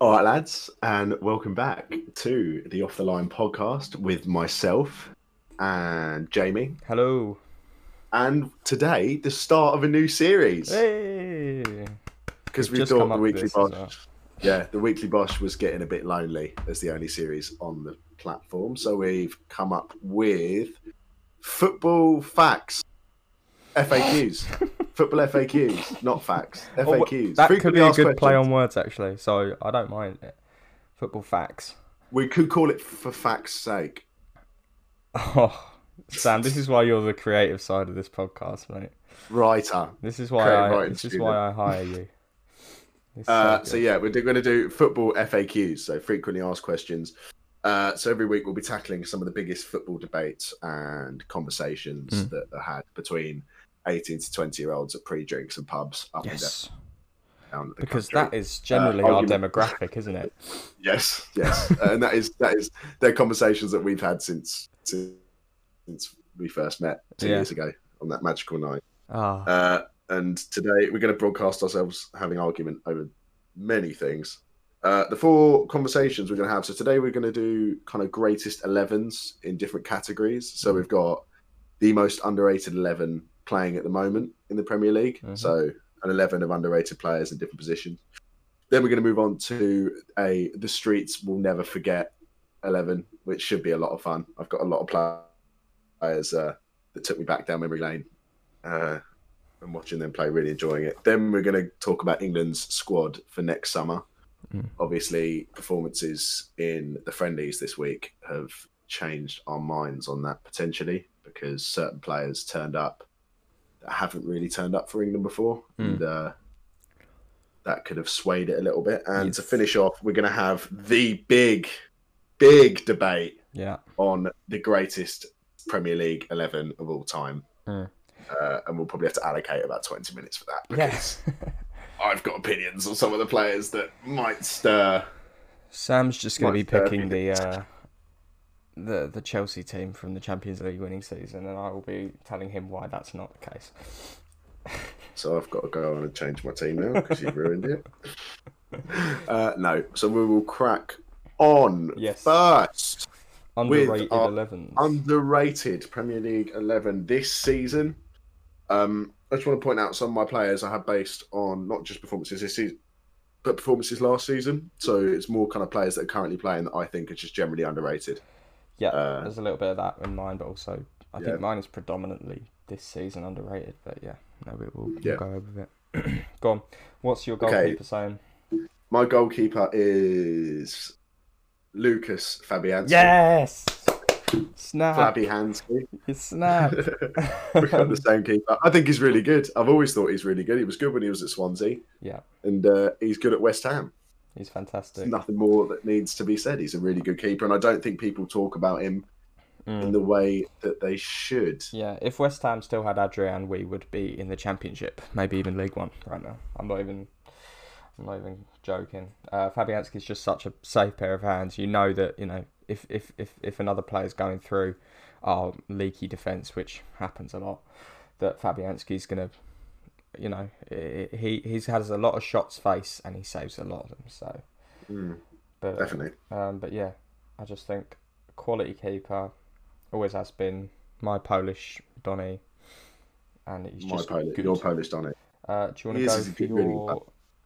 All right, lads, and welcome back to the Off the Line podcast with myself and Jamie. Hello. And today, the start of a new series Hey. because we just thought come the up with Weekly this Bosch, as well. yeah, the Weekly Bosch was getting a bit lonely as the only series on the platform. So we've come up with football facts, FAQs, football FAQs, not facts, FAQs. Oh, wha- that could Frequently be a good asked play questions. on words, actually. So I don't mind it. Football facts. We could call it for facts' sake. Oh, Sam, this is why you're the creative side of this podcast, mate. Writer, This is why. Creative I, writing this is student. why I hire you. This is Uh, good. so yeah, we're going to do football FAQs, so frequently asked questions. Uh, so every week we'll be tackling some of the biggest football debates and conversations Mm. that are had between 18 to 20 year olds at pre-drinks and pubs up yes, and down the because country. that is generally our Uh, argument. demographic, isn't it? yes, yes, Uh, and that is that is they're conversations that we've had since since, since we first met two Yeah. years ago on that magical night. Ah, Uh, and today we're going to broadcast ourselves having argument over many things. Uh, the four conversations we're going to have. So today we're going to do kind of greatest 11s in different categories. So we've got the most underrated 11 playing at the moment in the Premier League. Mhm. So an 11 of underrated players in different positions. Then we're going to move on to a the streets will never forget 11, which should be a lot of fun. I've got a lot of players uh, that took me back down memory lane. Uh, and watching them play, really enjoying it. Then we're going to talk about England's squad for next summer. Mm. Obviously, performances in the friendlies this week have changed our minds on that potentially because certain players turned up that haven't really turned up for England before, Mm. and uh, that could have swayed it a little bit. And to Yes. finish off, we're going to have the big, big debate yeah. on the greatest Premier League 11 of all time. Mm. Uh, and we'll probably have to allocate about 20 minutes for that because Yes. I've got opinions on some of the players that might stir. Sam's just going to Might be as well be picking the uh, the the Chelsea team from the Champions League winning season, and I will be telling him why that's not the case. So I've got to go on and change my team now because you've ruined it. Uh, no, so we will crack on Yes. first. Underrated our elevens. Underrated Premier League 11 this season. Um, I just want to point out some of my players I have based on not just performances this season, but performances last season. So it's more kind of players that are currently playing that I think are just generally underrated. yeah, uh, there's a little bit of that in mine, but also I Yeah. think mine is predominantly this season underrated. But yeah, no, we will Yeah. we'll go over it. go on. What's your Okay. goalkeeper saying? My goalkeeper is Lucas Fabianski. Yes. Snap. Flabby Hansky. It's snap. We've got the same keeper. I think he's really good. I've always thought he's really good. He was good when he was at Swansea, yeah, and uh, he's good at West Ham. There's he's fantastic. nothing more that needs to be said. He's a really good keeper, and I don't think people talk about him Mm. in the way that they should. Yeah, if West Ham still had Adrian, we would be in the Championship, maybe even League One right now. I'm not even, I'm not even joking. Uh, Fabianski's just such a safe pair of hands. You know that you know if if if, if another player's going through our leaky defence, which happens a lot, that Fabianski's gonna, you know, i- i- he he has a lot of shots face and he saves a lot of them. So, Mm, but definitely. um, but yeah, I just think quality keeper always has been my Polish Donny, and he's My just Polish, good. your Polish on it. uh, do you want He to is- go he's a for good your? really good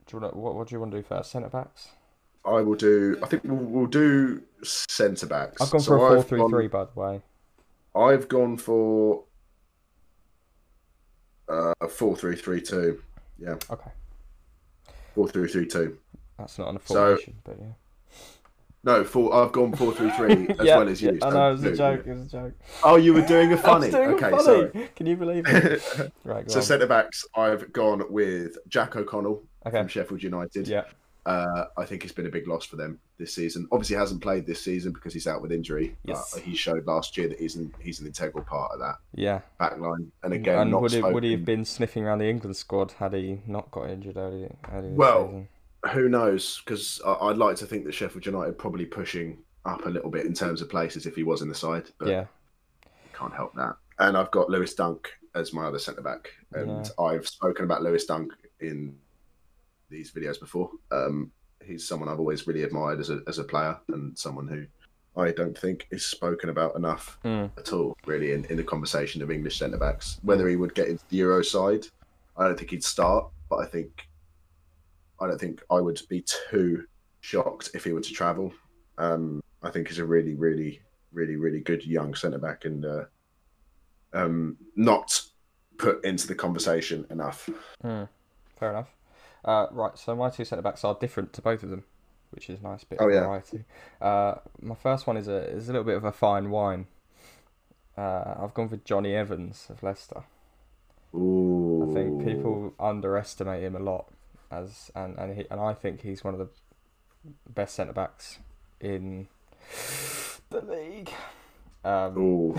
do you want to, what, what do you want to do first? Centre backs. I will do. I think we'll, we'll do centre backs. I've gone So for a I've four-three-three, by the way. gone- I've gone for uh, a four-three-three-two. Okay, Four-three-three-two. that's not an So- formation, but yeah. No, four. I've gone four three three as yeah, well as you. yeah, I so know it was two. a joke. It was a joke. Oh, you were doing a I funny. was doing a okay, funny. sorry. Can you believe it? right, go so on. centre backs, I've gone with Jack O'Connell okay. from Sheffield United. Yeah, Uh, I think it's been a big loss for them this season. Obviously, he hasn't played this season because he's out with injury. Yes. But he showed last year that he's an, he's an integral part of that yeah. back line. And again, and not would he, would he have spoken- been sniffing around the England squad had he not got injured early? early this Well, season? who knows? Because I'd like to think that Sheffield United probably pushing up a little bit in terms of places if he was in the side. But yeah. Can't help that. And I've got Lewis Dunk as my other centre back, and I've spoken about Lewis Dunk in these videos before. Um, he's someone I've always really admired as a as a player and someone who I don't think is spoken about enough Mm. at all, really, in, in the conversation of English centre backs. Whether he would get into the Euro side, I don't think he'd start, but I think I don't think I would be too shocked if he were to travel. Um, I think he's a really, really, really, really good young centre back and uh, um, not put into the conversation enough. Mm. Fair enough. Uh, right, so my two centre backs are different to both of them, which is a nice bit Oh, of yeah. variety. Uh, my first one is a is a little bit of a fine wine. Uh, I've gone for Johnny Evans of Leicester. Ooh. I think people underestimate him a lot, as and and he, and I think he's one of the best centre backs in the league. Um, Ooh,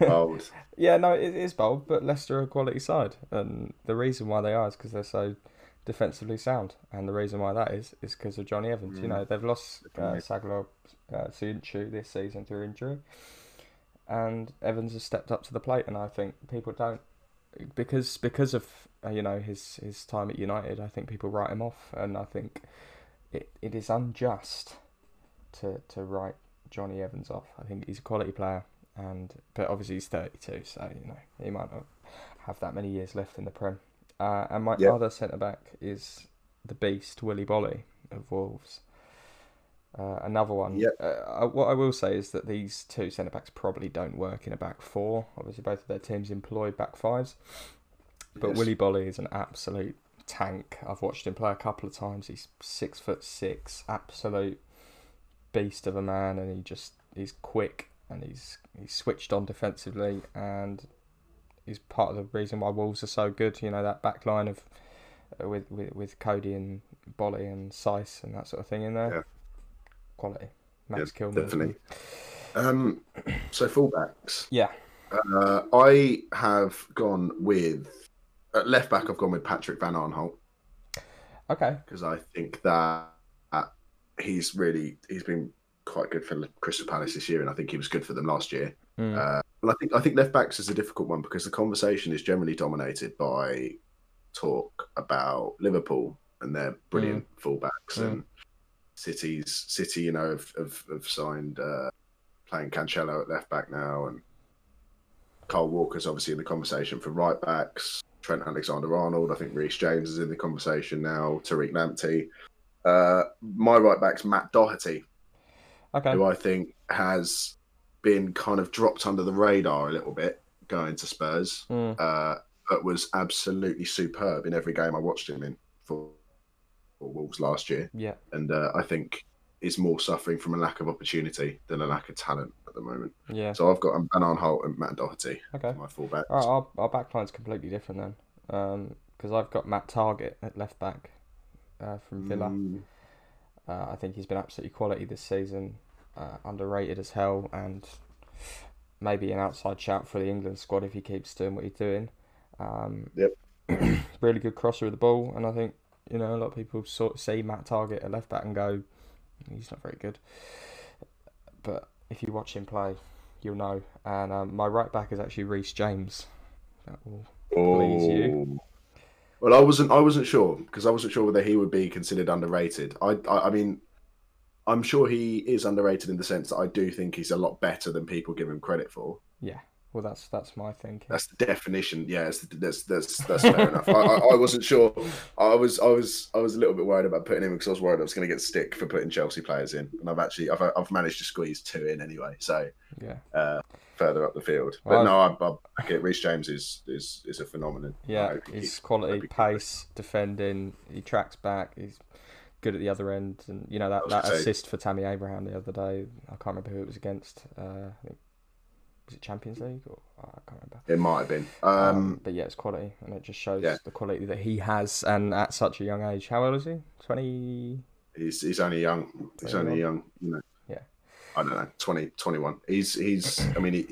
bold. yeah, no, it is bold, but Leicester are a quality side, and the reason why they are is because they're so defensively sound, and the reason why that is is because of Johnny Evans. You Mm. know, they've lost uh, Definitely. Sagalo uh, Suyuncu this season through injury, and Evans has stepped up to the plate, and I think people don't because because of uh, you know his his time at United, I think people write him off, and I think it, it is unjust to to write Johnny Evans off. I think he's a quality player, and but obviously he's thirty two, so you know he might not have that many years left in the Prem. Uh, and my Yeah. other centre back is the beast Willy Bolly of Wolves. Uh, another one. Yeah. Uh, I- what I will say is that these two centre backs probably don't work in a back four. Obviously, both of their teams employ back fives. But Yes. Willy Bolly is an absolute tank. I've watched him play a couple of times. He's six foot six, absolute beast of a man, and he just he's quick and he's he's switched on defensively, and he's part of the reason why Wolves are so good. You know that back line of uh, with with, with Cody and Bolly and Sice and that sort of thing in there. Yeah. Quality, Max Kilman. definitely. Um, so fullbacks. Yeah. Uh, I have gone with at left back. I've gone with Patrick Van Arnholt Okay. because I think that uh, he's really he's been quite good for Crystal Palace this year, and I think he was good for them last year. Mm. Uh, and I think I think left backs is a difficult one because the conversation is generally dominated by talk about Liverpool and their brilliant fullbacks Mm. and cities. City, you know, have have, have signed uh, playing Cancelo at left back now, and Carl Walker's obviously in the conversation for right backs. Trent Alexander-Arnold, I think Reece James is in the conversation now. Tariq Lamptey. Uh, my right back's Matt Doherty okay. who I think has been kind of dropped under the radar a little bit going to Spurs, Mm. uh, but was absolutely superb in every game I watched him in for, for Wolves last year. Yeah. And uh, I think is more suffering from a lack of opportunity than a lack of talent at the moment. Yeah. So I've got um, Van Arnholt and Matt Doherty, Okay. my fullbacks. All right, our, our back line's completely different then, because I've got Matt Target at left back uh, from Villa. Mm, Uh, I think he's been absolutely quality this season, uh, underrated as hell, and maybe an outside shout for the England squad if he keeps doing what he's doing. Um, Yep. really good crosser of the ball, and I think you know a lot of people sort of see Matt Target at left back and go, he's not very good. But if you watch him play, you'll know. And um, my right back is actually Reece James. That will Please, you. Oh. Well, I wasn't. I wasn't sure because I wasn't sure whether he would be considered underrated. I, I, I mean, I'm sure he is underrated in the sense that I do think he's a lot better than people give him credit for. yeah. Well, that's that's my thinking. That's the definition. Yeah, it's, that's that's that's fair enough. I, I, I wasn't sure. I was I was I was a little bit worried about putting him because I was worried I was going to get stick for putting Chelsea players in, and I've actually I've I've managed to squeeze two in anyway. So yeah. uh, further up the field, but Well, no, I, I, I get Reece James is is is a phenomenon. I Yeah, hope he his keeps- hope quality, he keeps pace, defending. He tracks back. He's good at the other end, and you know that, was that gonna say- assist for Tammy Abraham the other day. I can't remember who it was against. Uh, I think, was it Champions League or I can't remember. It might have been. Um, Um, but yeah, it's quality, and it just shows yeah. the quality that he has, and at such a young age. How old is he? Twenty. he's he's only young. He's only young. You know. Yeah. I don't know. 20, 21. He's he's. I mean, he,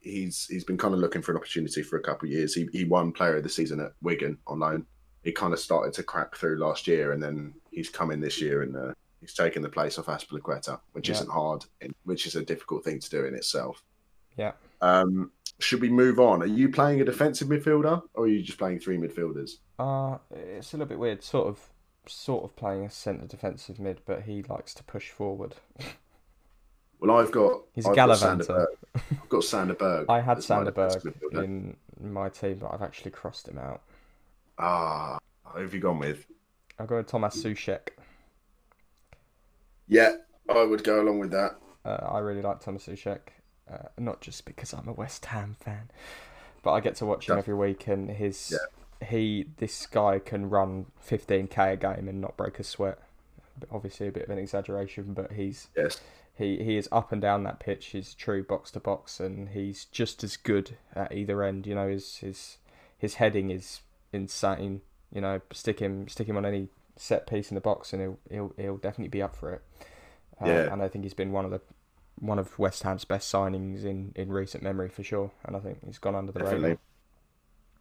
he's he's been kind of looking for an opportunity for a couple of years. He he won Player of the Season at Wigan on loan. He kind of started to crack through last year, and then he's come in this year and uh, he's taken the place off Aspilicueta, which Yeah. isn't hard, and which is a difficult thing to do in itself. Yeah. Um, should we move on? Are you playing a defensive midfielder, or are you just playing three midfielders? Uh, it's a little bit weird, sort of sort of playing a centre defensive mid, but he likes to push forward. Well, I've got He's a I've got Sanderberg. gallivanter. I've got Sanderberg. I had as my defensive Sanderberg midfielder. in my team, but I've actually crossed him out. Ah, who have you gone with? I've got Thomas Sushek. Yeah, I would go along with that. Uh, I really like Thomas Ushek, uh, not just because I'm a West Ham fan, but I get to watch him Yeah. every week, and his he this guy can run 15k a game and not break a sweat. Obviously, a bit of an exaggeration, but he's Yes. he, he is up and down that pitch. He's true box to box, and he's just as good at either end. You know, his his his heading is insane. You know, stick him stick him on any set piece in the box, and he'll he'll, he'll definitely be up for it. Uh, Yeah. And I think he's been one of the one of West Ham's best signings in, in recent memory for sure. And I think he's gone under the radar. Definitely.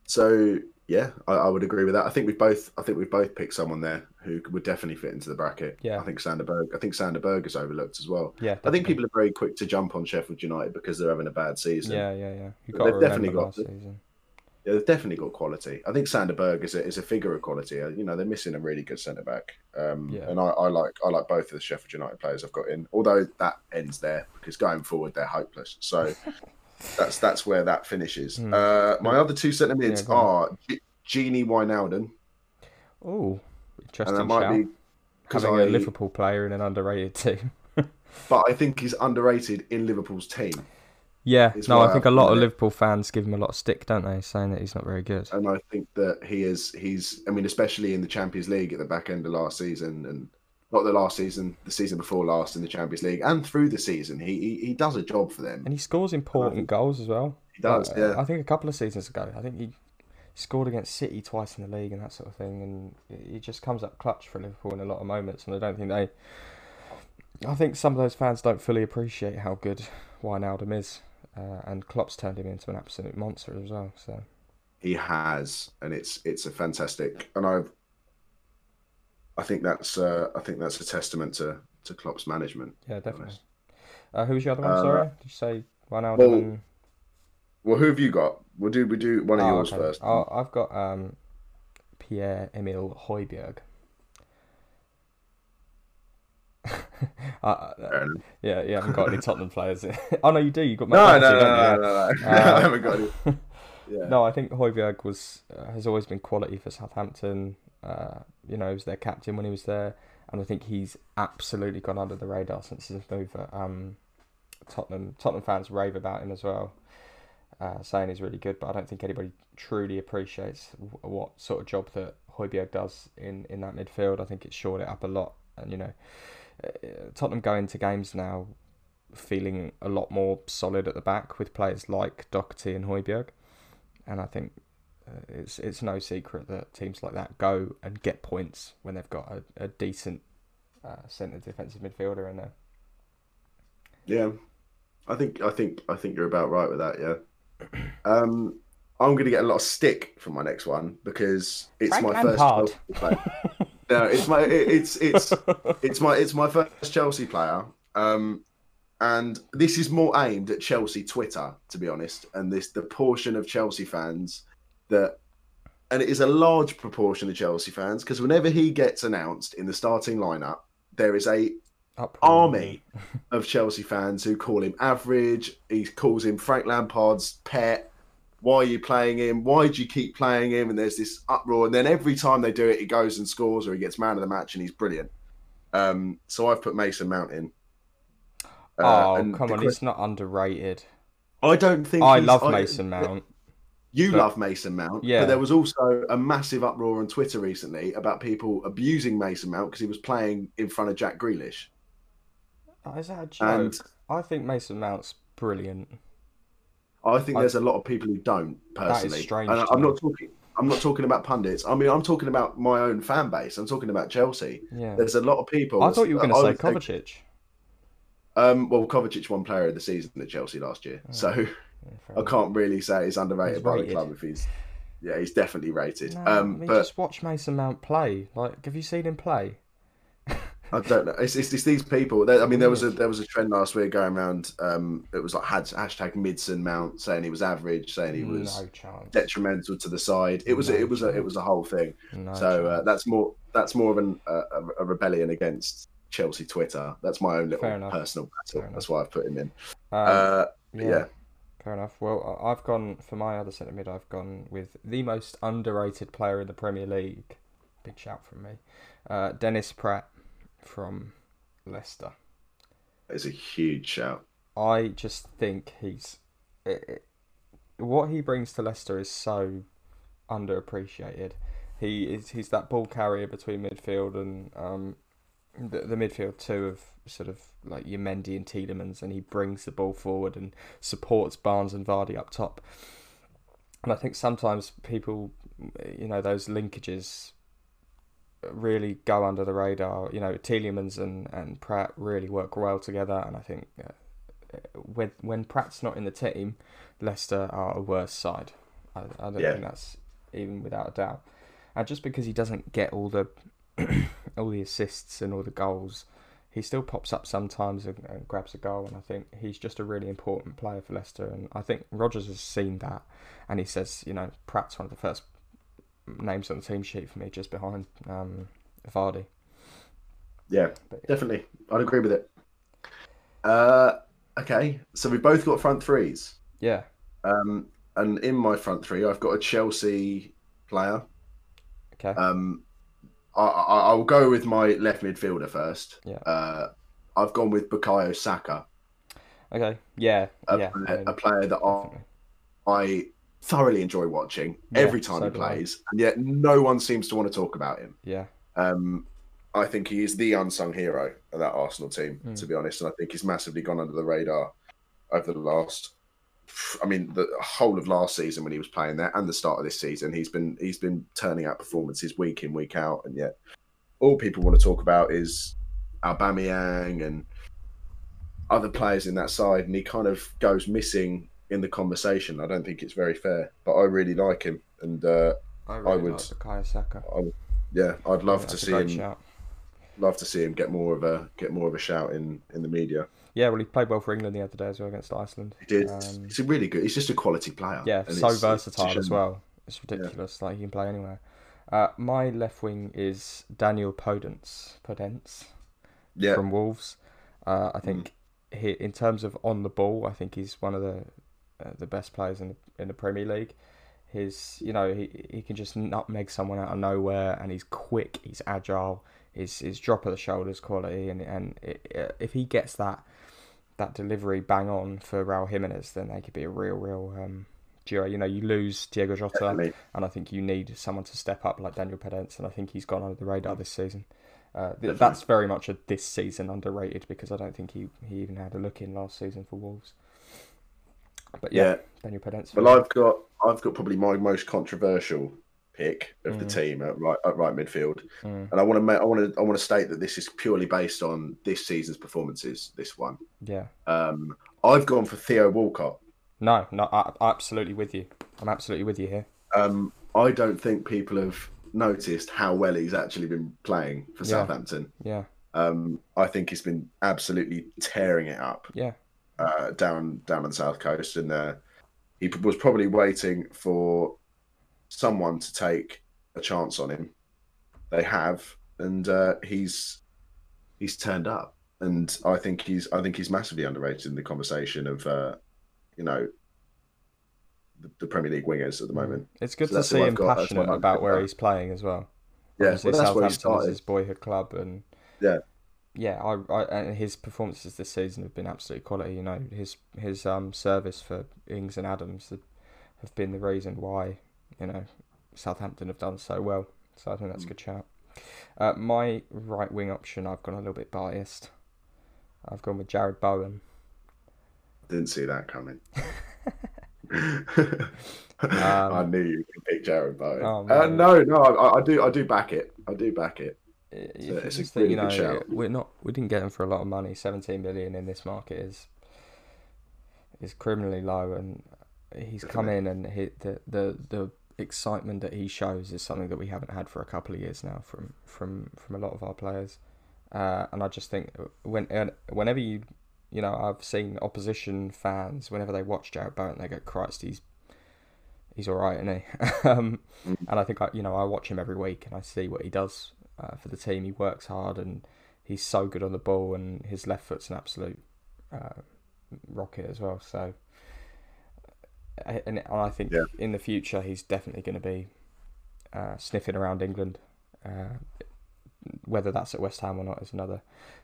So yeah, I, I would agree with that. I think we both I think we both picked someone there who would definitely fit into the bracket. Yeah. I think Sanderberg. I think Sanderberg is overlooked as well. Yeah, I think definitely. people are very quick to jump on Sheffield United because they're having a bad season. Yeah, yeah, yeah. You But got to they've remember definitely got last the- season. Yeah, they've definitely got quality. I think Sanderberg is a, is a figure of quality. Uh, You know, they're missing a really good centre back. Um, Yeah. And I, I like I like both of the Sheffield United players I've got in. Although that ends there because going forward they're hopeless. So that's that's where that finishes. Hmm. Uh, my other two centre mids Yeah, go on. are G- Genie Wijnaldum, Oh, and interesting that might shout. be because Having I a Liverpool player in an underrated team. but I think he's underrated in Liverpool's team, Yeah, It's no, I wild, think a lot of isn't it? Liverpool fans give him a lot of stick, don't they? Saying that he's not very good. and I think that he is he's I mean especially in the Champions League at the back end of last season and. Not the last season, the season before last in the Champions League, and through the season, he he, he does a job for them. And he scores important goals as well. He does, Uh, yeah. I think a couple of seasons ago, I think he scored against City twice in the league and that sort of thing. And he just comes up clutch for Liverpool in a lot of moments. And I don't think they. I think some of those fans don't fully appreciate how good Wijnaldum is. Uh, and Klopp's turned him into an absolute monster as well. So He has, and it's it's a fantastic, and I I think that's uh, I think that's a testament to to Klopp's management. to yeah, be definitely. honest. Uh, who was your other one? Uh, Sorry, did you say Wijnaldum? well, and... Well, who have you got? We'll do we do one of Oh, yours okay. first. Oh, I've got um, Pierre Emile Hoiberg. uh, uh, Fair enough. yeah, yeah, I haven't got any Tottenham players. oh no, you do. You got No, no, Man no, City, don't you? no, no, no. no. Yeah. Uh, I haven't got it. Yeah. No, I think Hoiberg was uh, has always been quality for Southampton. Uh, you know, he was their captain when he was there, and I think he's absolutely gone under the radar since his move. At, um, Tottenham Tottenham fans rave about him as well, uh, saying he's really good. But I don't think anybody truly appreciates w- what sort of job that Hoiberg does in in that midfield. I think it's shored it up a lot, and you know, uh, Tottenham go into games now feeling a lot more solid at the back with players like Doherty and Hoiberg and I think uh, it's it's no secret that teams like that go and get points when they've got a, a decent uh, centre defensive midfielder in there. Yeah, I think I think I think you're about right with that. Yeah, um, I'm going to get a lot of stick for my next one because it's Frank my first Lampard. Chelsea player. no, it's my it, it's it's it's my it's my first Chelsea player. Um, and this is more aimed at Chelsea Twitter, to be honest, and this the portion of Chelsea fans that. And it is a large proportion of Chelsea fans because whenever he gets announced in the starting lineup, there is a Up army Uh, of Chelsea fans who call him average. He calls him Frank Lampard's pet. Why are you playing him? Why do you keep playing him? And there's this uproar. And then every time they do it, he goes and scores or he gets man of the match and he's brilliant. Um, so I've put Mason Mount in. Uh, oh and come the on, quest- he's not underrated. I don't think I he's- love Mason Mount. You But- love Mason Mount, Yeah. but there was also a massive uproar on Twitter recently about people abusing Mason Mount because he was playing in front of Jack Grealish. Oh, is that a joke? And- I think Mason Mount's brilliant. I think I- there's a lot of people who don't is personally. strange and I- to I'm me. not talking. I'm not talking about pundits. I mean, I'm talking about my own fan base. I'm talking about Chelsea. Yeah, There's a lot of people. I thought you were going to I say would think- Kovacic. Um, well, Kovacic won Player of the Season at Chelsea last year, so Yeah, fair I enough. can't really say he's underrated He's by the rated. club. If he's, yeah, he's definitely rated. No, um, I mean, but just watch Mason Mount play. Like, have you seen him play? I don't know. It's, it's, it's these people. There, I mean, there was a Mm. there was a trend last week going around. Um, it was like had, hashtag Midson Mount saying he was average, saying he was no chance. detrimental to the side. It was No a, it was a, it was a whole thing. No so uh, chance. that's more that's more of an, uh, a- a rebellion against Chelsea Twitter. That's my own Fair little enough. personal Fair battle. That's why I've put him in. Um, Uh, yeah. Fair enough. Well, I- I've gone for my other centre mid. I've gone with the most underrated player in the Premier League. Big shout from me, uh, Dennis Pratt from Leicester. it's a huge shout. I just think he's it, it- what he brings to Leicester is so underappreciated. He is he's that ball carrier between midfield and um the, the midfield too of sort of like your Mendy and Tiedemans, and he brings the ball forward and supports Barnes and Vardy up top. And I think sometimes people, you know, those linkages really go under the radar. You know, Tielemans and, and Pratt really work well together, and I think uh, when when Pratt's not in the team, Leicester are a worse side. I, I don't Yeah. think that's even without a doubt. And just because he doesn't get all the all the assists and all the goals, he still pops up sometimes and, and grabs a goal. And I think he's just a really important player for Leicester. And I think Rogers has seen that, and he says, you know, Pratt's one of the first names on the team sheet for me, just behind um, Vardy. Yeah, But- definitely. I'd agree with it. Uh, okay, so we've both got front threes. Yeah, Um, and in my front three, I've got a Chelsea player. okay. Um, I, I, I'll go with my left midfielder first. Yeah. Uh, I've gone with Bukayo Saka, Okay. Yeah. a, yeah. player, Oh. I mean, a player that I, definitely. I thoroughly enjoy watching Yeah, every time so he do I. plays, and yet no one seems to want to talk about him. Yeah. Um, I think he is the unsung hero of that Arsenal team, Mm. to be honest, and I think he's massively gone under the radar over the last. I mean, the whole of last season when he was playing there, and the start of this season, he's been he's been turning out performances week in week out, and yet all people want to talk about is Aubameyang and other players in that side, and he kind of goes missing in the conversation. I don't think it's very fair, but I really like him, and uh, I really would- like Bukayo Saka. I, yeah, I'd love That's to a see great him shout. love to see him get more of a get more of a shout in in the media. Yeah. Well, he played well for England the other day as well against Iceland. He did. Um, he's a really good. He's just a quality player. Yeah, and so it's- it's a versatile as shame. well. It's ridiculous. Like you can play anywhere. Uh, my left wing is Daniel Podence. Podence. Yeah, from Wolves. Uh, I think he, in terms of on the ball, I think he's one of the uh, the best players in the, in the Premier League. His, you know, he, he can just nutmeg someone out of nowhere, and he's quick, he's agile, his his drop of the shoulders quality, and and i if he gets that that delivery bang on for Raul Jimenez, then they could be a real, real um, duo. You know, you lose Diego Jota, definitely. and I think you need someone to step up like Daniel Pedence, and I think he's gone under the radar this season. Uh, th- that's very much a this season underrated because I don't think he, he even had a look in last season for Wolves. But yeah, Yeah. Daniel Pedence. Well, I've got I've got probably my most controversial pick of the Mm. team at right at right midfield, Mm, and I want to make I want to I want to state that this is purely based on this season's performances. This one, yeah, um, I've gone for Theo Walcott. no, no, I, I'm absolutely with you. I'm absolutely with you here. Um, I don't think people have noticed how well he's actually been playing for Yeah. Southampton. Yeah, Um, I think he's been absolutely tearing it up yeah, uh, down down on the south coast, and uh, he p- was probably waiting for someone to take a chance on him. They have, and uh, he's he's turned up, and I think he's I think he's massively underrated in the conversation of uh, you know the, the Premier League wingers at the moment. it's good So to that's who see I've him got, that's passionate what I've about got. where he's playing as well. Yeah, Obviously, well, that's where he Southampton is started. his boyhood club, and Yeah. yeah. I, I and his performances this season have been absolute quality. You know, his his um service for Ings and Adams have- have been the reason why you know Southampton have done so well. So I think that's a good shout. Uh, my right wing option, I've gone a little bit biased. I've gone with Jared Bowen. Didn't see that coming. I knew you could pick Jared Bowen. Um, Oh, uh, man. no, no, I, I do, I do back it. I do back it. If a- you it's a just think, you really good know, shout. We're not, we didn't get him for a lot of money. Seventeen million in this market is is criminally low, and he's come in and he, the the the excitement that he shows is something that we haven't had for a couple of years now from from from a lot of our players. Uh, and I just think when and whenever you you know I've seen opposition fans whenever they watch Jared Bowen they go Christ he's he's all right isn't he um, and I think I you know I watch him every week and I see what he does uh, for the team he works hard and he's so good on the ball and his left foot's an absolute uh, rocket as well so and, and I think Yeah. in the future he's definitely going to be uh, sniffing around England uh, whether that's at West Ham or not is another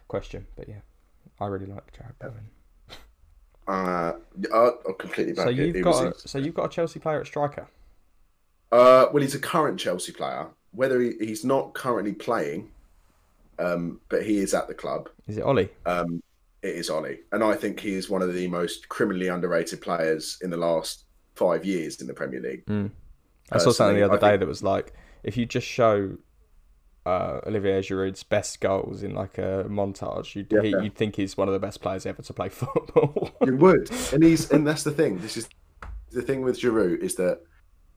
question. But yeah, I really like Jared Bowen. Uh, I, I completely back So it. He you've was got a, so you've got a Chelsea player at striker. Uh, well, he's a current Chelsea player. Whether he, he's not currently playing, um, but he is at the club. Is it Ollie? Um, it is Ollie, and I think he is one of the most criminally underrated players in the last five years in the Premier League. I saw something Personally, the other I day think- that was like, if you just show uh, Olivier Giroud's best goals in like a montage, you'd he, you'd think he's one of the best players ever to play football. You would, and he's, and that's the thing. This is the thing with Giroud is that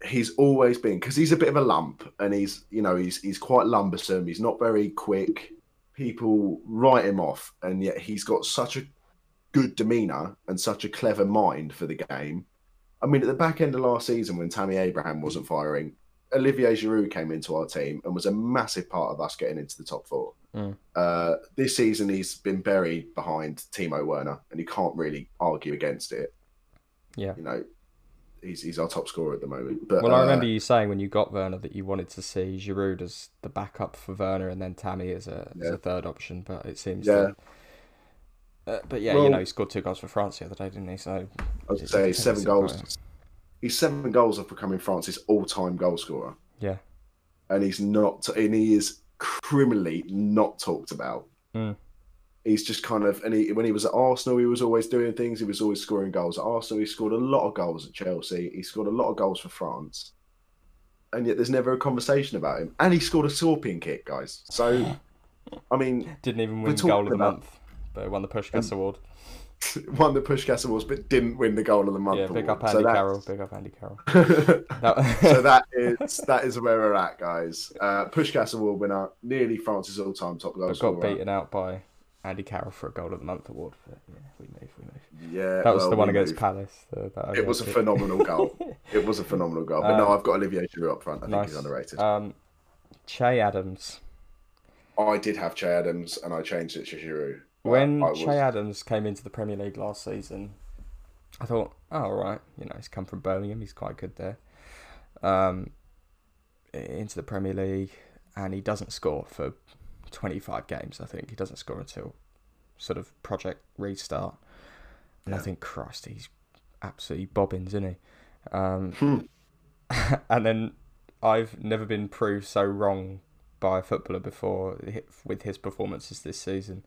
he's always been because he's a bit of a lump, and he's you know he's he's quite lumbersome. He's not very quick. People write him off, and yet he's got such a good demeanor and such a clever mind for the game. I mean, at the back end of last season, when Tammy Abraham wasn't firing, Olivier Giroud came into our team and was a massive part of us getting into the top four. Mm. Uh, this season, he's been buried behind Timo Werner, and you can't really argue against it. Yeah. you know, he's he's our top scorer at the moment. But well, I uh, remember you saying when you got Werner that you wanted to see Giroud as the backup for Werner and then Tammy as a as Yeah. a third option, but it seems Yeah. that. Uh, but yeah, you Well- know he scored two goals for France the other day, didn't he? So I would It's say a seven defensive goals. He's seven goals off becoming France's all-time goal scorer, yeah, and he's not, and he is criminally not talked about. Mm. He's just kind of, and he, when he was at Arsenal, he was always doing things. He was always scoring goals at Arsenal. He scored a lot of goals at Chelsea. He scored a lot of goals for France, and yet there's never a conversation about him. And he scored a scorpion kick, guys. So, I mean, didn't even We're win goal of the talking about- Um, month, but won the Pushkas Award. won the Pushkas Awards, but didn't win the Goal of the Month. Yeah, big award. up Andy that- Carroll. Big up Andy Carroll. so That- that is that is where we're at, guys. Uh, Pushkas Award winner, nearly France's all-time top goal but got scorer. beaten out by Andy Carroll for a goal of the month award. But yeah, we move, we move. Yeah, That was well, the one we against moved. Palace. The, that It was a ODI. phenomenal goal. It was a phenomenal goal. But no, Um, I've got Olivier Giroud up front. I think he's nice. underrated. Um, Che Adams. I did have Che Adams, and I changed it to Giroud. but When I was- Che Adams came into the Premier League last season, I thought, oh, all right, you know, he's come from Birmingham, he's quite good there. Um, into the Premier League, and he doesn't score for 25 games, I think. He doesn't score until sort of project restart. And I think, Christ, he's absolutely bobbins, isn't he? Um, and then I've never been proved so wrong by a footballer before with his performances this season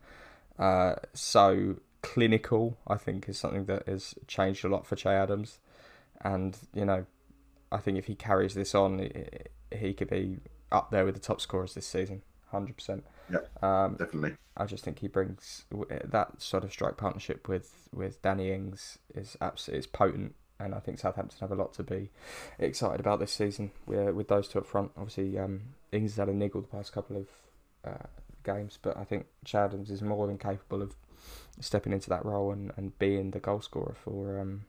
uh, so clinical, I think, is something that has changed a lot for Che Adams. And, you know, I think if he carries this on, i- i- he could be up there with the top scorers this season, 100%. Yeah. Um, definitely. I just think he brings w- eh, that sort of strike partnership with, with Danny Ings is absolutely is potent. And I think Southampton have a lot to be excited about this season with, with those two up front. Obviously, um, Ings has had a niggle the past couple of uh, games, but I think Che Adams is more than capable of stepping into that role and, and being the goal scorer for um,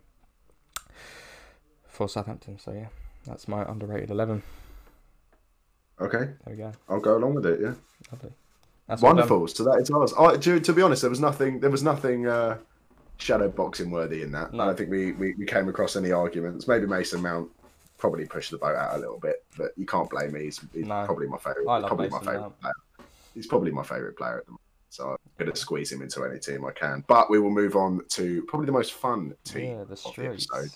for Southampton. So, yeah, that's my underrated 11. Okay, There we go. I'll go along with it. Yeah. Lovely. That's all done. Wonderful. So that is ours. I, to, to be honest, there was nothing. There was nothing uh, shadow boxing worthy in that. No. I don't think we, we, we came across any arguments. Maybe Mason Mount probably pushed the boat out a little bit, but you can't blame me. He's, he's No. probably my favorite. I love Probably my Mason favorite Mount. player. He's probably my favorite player at the moment. So I'm going to squeeze him into any team I can. But we will move on to probably the most fun team. Yeah, the of the streets. episode.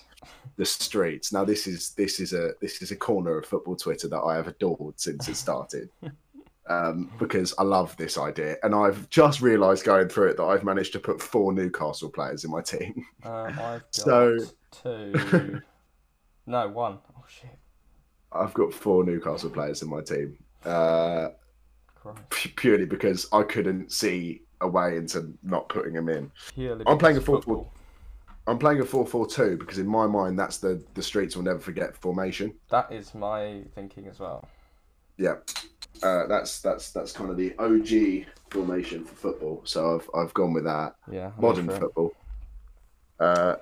The streets. Now this is this is a this is a corner of football Twitter that I have adored since it started um, because I love this idea. And I've just realised going through it that I've managed to put four Newcastle players in my team. Uh, I've got So- two. no, one. Oh, shit. I've got four Newcastle players in my team uh, Christ. pu- purely because I couldn't see a way into not putting them in. Purely I'm playing a because 4 4 I'm playing a 4 4 2 because in my mind, that's the, the streets will never forget formation. That is my thinking as well. yeah, uh, that's that's that's kind of the OG formation for football. So I've I've gone with that Yeah. I'm modern up for it. football. Uh,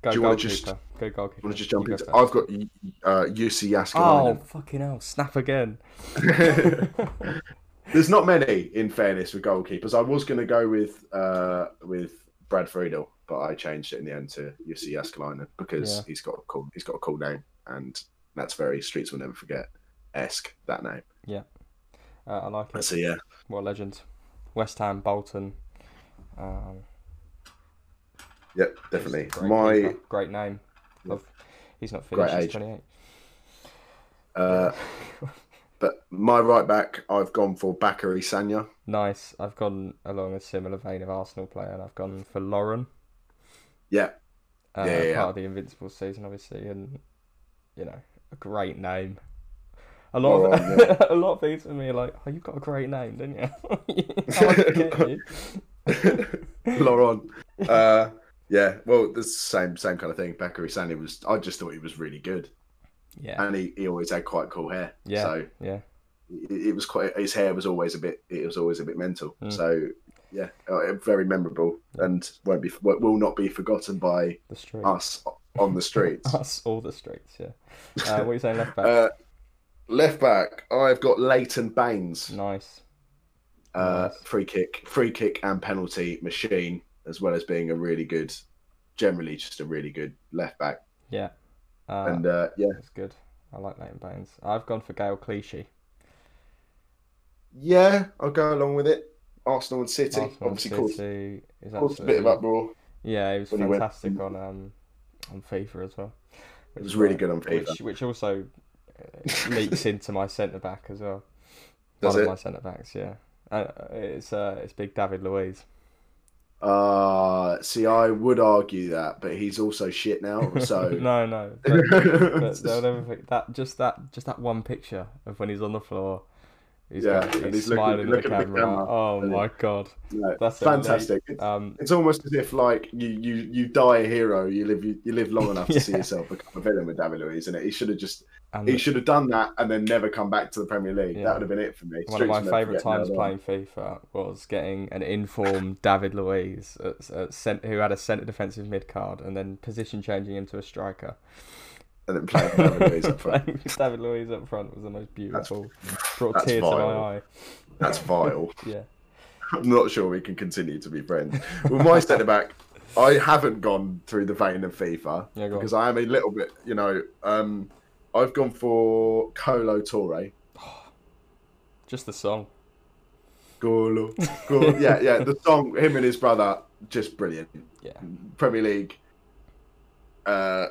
Go do you wanna goalkeeper. just- Go goalkeeper. want to just jump You go into? first. I've got uh, UC Oh Yaskalainen. fucking hell! Snap again. Uh, Oh. There's not many, in fairness, with goalkeepers. I was going to go with uh, with Brad Friedel, but I changed it in the end to UC Yaskalainen because Yeah. he's got a cool he's got a cool name, and that's very Streets will never forget esque that name. Uh, I like it. So yeah, What a legend. West Ham, Bolton. Um, yep, he's a definitely. great My keeper, great name. Yeah. Love- He's not Great finished. He's age. twenty eight. uh, but my right back, I've gone for Bakary Sanya. nice. I've gone along a similar vein of Arsenal player, and I've gone for Lauren. Yeah, Uh, Yeah, yeah, part of the Invincible season, obviously, and you know, a great name. A lot of Lauren, yeah. a lot of people to me are like, "Oh, you've got a great name, didn't you?" How I forget you. Laurent. Uh, yeah, well, the same same kind of thing. Bakary Sanya was. I just thought he was really good, Yeah, and he, he always had quite cool hair. Yeah. So yeah. it, it was quite his hair was always a bit it was always a bit mental Mm. so yeah uh, very memorable and won't be won't- will not be forgotten by The street. us on the streets Us, all the streets, yeah. Uh, what are you saying, left back? uh, left back i've got leighton baines nice. uh, nice. free kick free kick and penalty machine as well as being a really good generally just a really good left back Yeah. Uh, and uh, yeah that's good. I like Leighton Baines. I've gone for Gail Clichy. yeah i'll go along with it arsenal and city Arsenal obviously City caused, is caused a bit of absolutely- uproar Yeah, it was when he went- fantastic on um on FIFA as well. it which was is really why- good on paper Which, which also uh, leaks into my centre back as well. Does One it? of my centre backs, yeah. Uh, it's uh, it's big David Luiz. Uh see, I would argue that, but he's also shit now. So no, no. but- but they'll never forget that just that just that one picture of when he's on the floor. He's Yeah, and got- he's, he's looking- smiling at the looking at the camera. camera. Oh Brilliant. my god, No, that's elite. fantastic. It's, Um, it's almost as if like you you you die a hero, you live you, you live long enough to see Yeah. yourself become a villain with David Luiz, and he should have just and he should have done that and then never come back to the Premier League. Yeah. That would have been it for me. one of Streets my will never favourite forget now, times though. playing FIFA was getting an informed David Luiz at, at cent- who had a centre defensive mid card and then position changing him to a striker. and then playing David Luiz up front. Playing with David Luiz up front was the most beautiful. Brought that's tears to vile. my eye. That's vile. Yeah. I'm not sure we can continue to be friends. With my centre back, I haven't gone through the vein of FIFA Yeah, go on. because I am a little bit, you know, um, I've gone for Colo Torre. Just the song. Golo, Golo. yeah, yeah. The song, him and his brother, just brilliant. Yeah. Premier League, uh,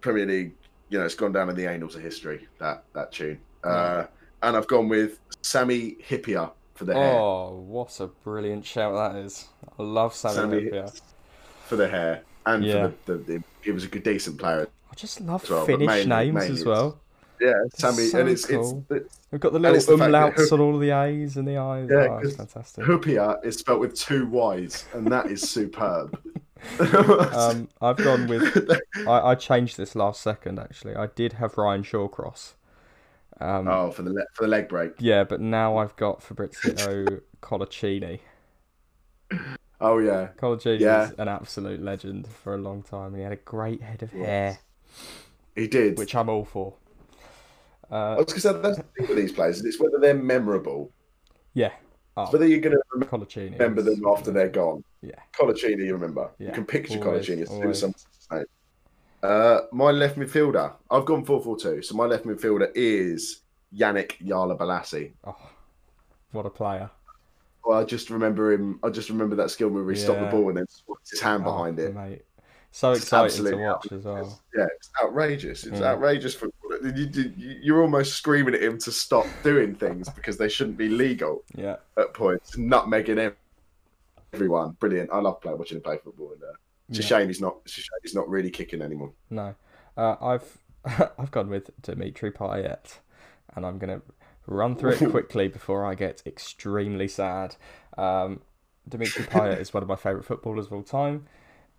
Premier League. You know, it's gone down in the annals of history. That that tune. Uh, and I've gone with Sammy Hippia for the hair. Oh, what a brilliant shout that is. I love Sammy, Sammy Napier. For the hair, and Yeah. for the, the, the, he was a good, decent player I just love well, but Finnish mainly- names mainly as it's- well. Yeah, Sammy, so and it's cool. it's We've got the it's little the fact that umlauts on all the A's and the I's. Yeah, oh, 'cause it's fantastic. Hupia is spelt with two Y's, and that is superb. Um, I've gone with. I, I changed this last second actually. I did have Ryan Shawcross. Um, oh, for the le- for the leg break. Yeah, but now I've got Fabrizio Colaccini. Oh yeah, Colaccini Yeah. was an absolute legend for a long time. He had a great head of Yes. hair, he did. which I'm all for. I Uh, was going to say that's the thing with these players is it's whether they're memorable, yeah, Oh. It's whether you're going to Colaccini. remember was- them after they're gone. Yeah. Colaccini, you remember. Yeah, You can picture always, Colaccini as soon always. as someone's name. Uh, my left midfielder. I've gone four four two, so my left midfielder is Yannick Yala Balassi. Oh, what a player! Well, I just remember him. I just remember that skill move where he stopped the Yeah. ball and then swats his hand Oh, behind it. mate. So It's exciting to absolutely watch as well. Yeah, it's outrageous. It's Mm. outrageous football. You, you, you're almost screaming at him to stop doing things because they shouldn't be legal Yeah, at points. Nutmegging ev- everyone. Brilliant. I love play, watching him play football. And, uh, it's a Yeah. shame he's not. It's a shame he's not really kicking anymore. no, uh, I've I've gone with Dimitri Payet, and I'm gonna run through it quickly before I get extremely sad. Um, Dimitri Payet is one of my favourite footballers of all time.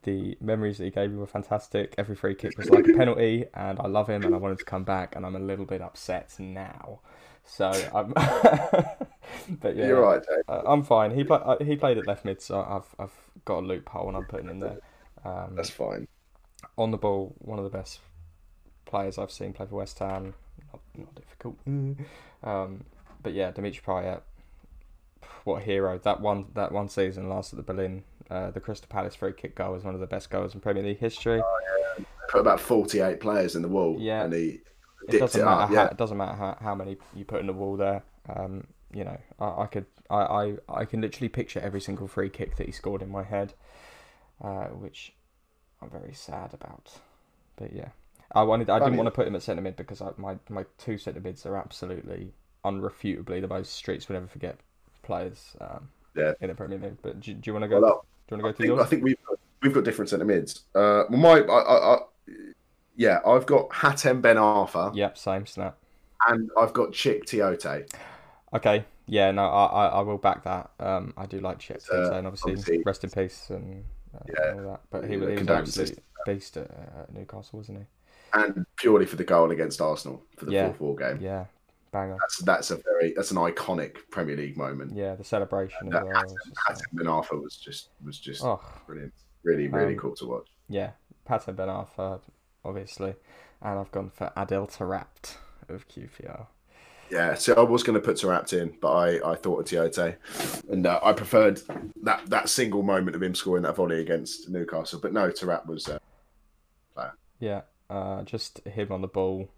The memories that he gave me were fantastic. Every free kick was like a penalty, and I love him, and I wanted to come back, and I'm a little bit upset now So, I'm but yeah, You're right, Dave. uh, I'm fine. He pla- uh, he played at left mid, so I've I've got a loophole and I'm putting him there. Um, That's fine. on the ball, one of the best players I've seen play for West Ham. Not, not difficult. um, but yeah, Dimitri Payet, what a hero! That one that one season last at the Berlin, uh, the Crystal Palace free kick goal was one of the best goals in Premier League history. Put about 48 players in the wall, Yeah. and he it dipped doesn't it matter. up. how, Yeah, It doesn't matter how, how many you put in the wall there. Um, you know, I, I could, I, I, I can literally picture every single free kick that he scored in my head, uh, which I'm very sad about. But yeah, I wanted, I didn't Funny. want to put him at centre mid because I, my my two centre mids are absolutely unrefutably the most streets will never forget players. Um, Yeah. in the Premier League. But do, do you want to go? well, that- do you want to I go think, to I think we've we've got different centre mids. Uh, well, my I, I, I, yeah, I've got Hatem Ben Arfa yours? Yep, same snap. and I've got Chick Tiote. Okay. Yeah, no, I, I, I will back that. Um, I do like Chip Uh, and obviously, obviously- rest in peace and, uh, Yeah. and all that. But he, Yeah, was- he was an condolences. absolute beast at uh, at Newcastle, wasn't and purely for the goal against Arsenal for the Yeah. fourth war game. he? Yeah, banger. That's that's a very that's an iconic Premier League moment. Yeah, the celebration as That well. was just, Hatem Ben Arfa was just was just uh, oh, brilliant, really really Um, cool to watch. yeah, Pato Ben Arfa, obviously, and I've gone for Adel Tarapt of QPR. Yeah, so I was going to put Tarapt in, but I, I thought of Tiote, and uh, I preferred that that single moment of him scoring that volley against Newcastle. But no, Tarapt was uh, Yeah, uh, just him on the ball.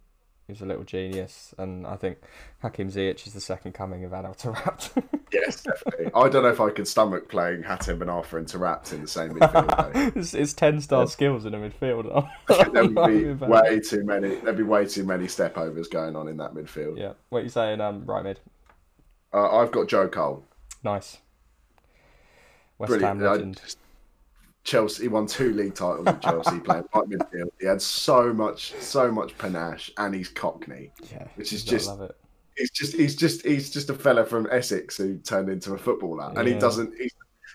He was a little genius, and I think Hakim Ziyech is the second coming of Adel Tarapt. Yes, definitely. I don't know if I could stomach playing Hatem Ben Arfa and Tarapt in the same midfield. though. it's, it's 10 star skills in a midfielder. there would be Nothing bad. way too many. There'd be way too many step overs going on in that midfield. yeah. What you saying? Um, right mid. Uh, I've got Joe Cole. Nice. West Brilliant. Ham I legend. just- Chelsea he won two league titles at Chelsea playing right midfield. He had so much, so much panache, and he's Cockney. yeah. which is you gotta just- love it. He's just, he's just, he's just a fella from Essex who turned into a footballer, and he Yeah. doesn't. He's,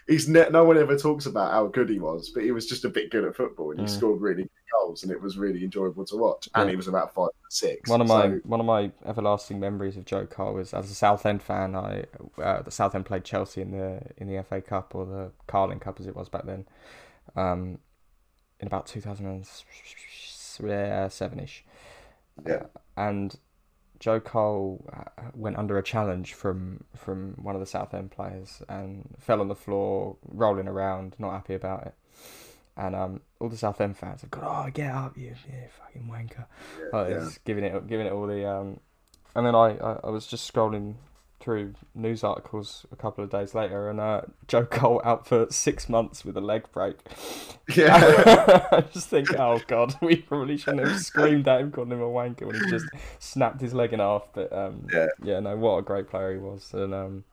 he's ne- no one ever talks about how good he was, but he was just a bit good at football, and he Mm. scored really good goals, and it was really enjoyable to watch. And Yeah. he was about five or six. One of my so- one of my everlasting memories of Joe Cole was as a Southend fan. I uh, the Southend played Chelsea in the in the FA Cup or the Carling Cup as it was back then, um, in about two thousand seven ish. Yeah. Uh, and Joe Cole uh, went under a challenge from from one of the Southend players and fell on the floor, rolling around, not happy about it. And um, all the Southend fans have gone, "Oh, get up, you, you fucking wanker!" Like, yeah. it's giving it giving it all the. Um... And then I, I I was just scrolling through news articles a couple of days later, and uh, Joe Cole out for six months with a leg break. yeah. I just think, oh god, we probably shouldn't have screamed at him, called him a wanker when he just snapped his leg in half. But um, Yeah. no, what a great player he was, and um,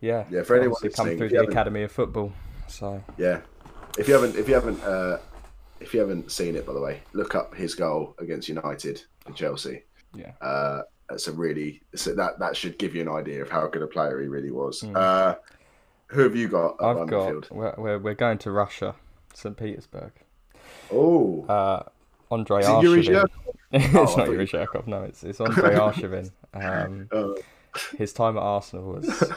yeah, Yeah, for anyone obviously come listening, through if you the haven't- academy of football. So Yeah. If you haven't, if you haven't, uh, if you haven't seen it, by the way, look up his goal against United for Chelsea. yeah, Uh, that's a really so that that should give you an idea of how good a player he really was. Mm. Uh, who have you got? at I've Anfield? got we're, we're we're going to Russia, St Petersburg. Oh, Uh, Andrei Is it Yuri Arshavin. it's Oh, I not thought Yuri you- Sherkov, no, it's it's Andrei Arshavin. Um, Oh. his time at Arsenal was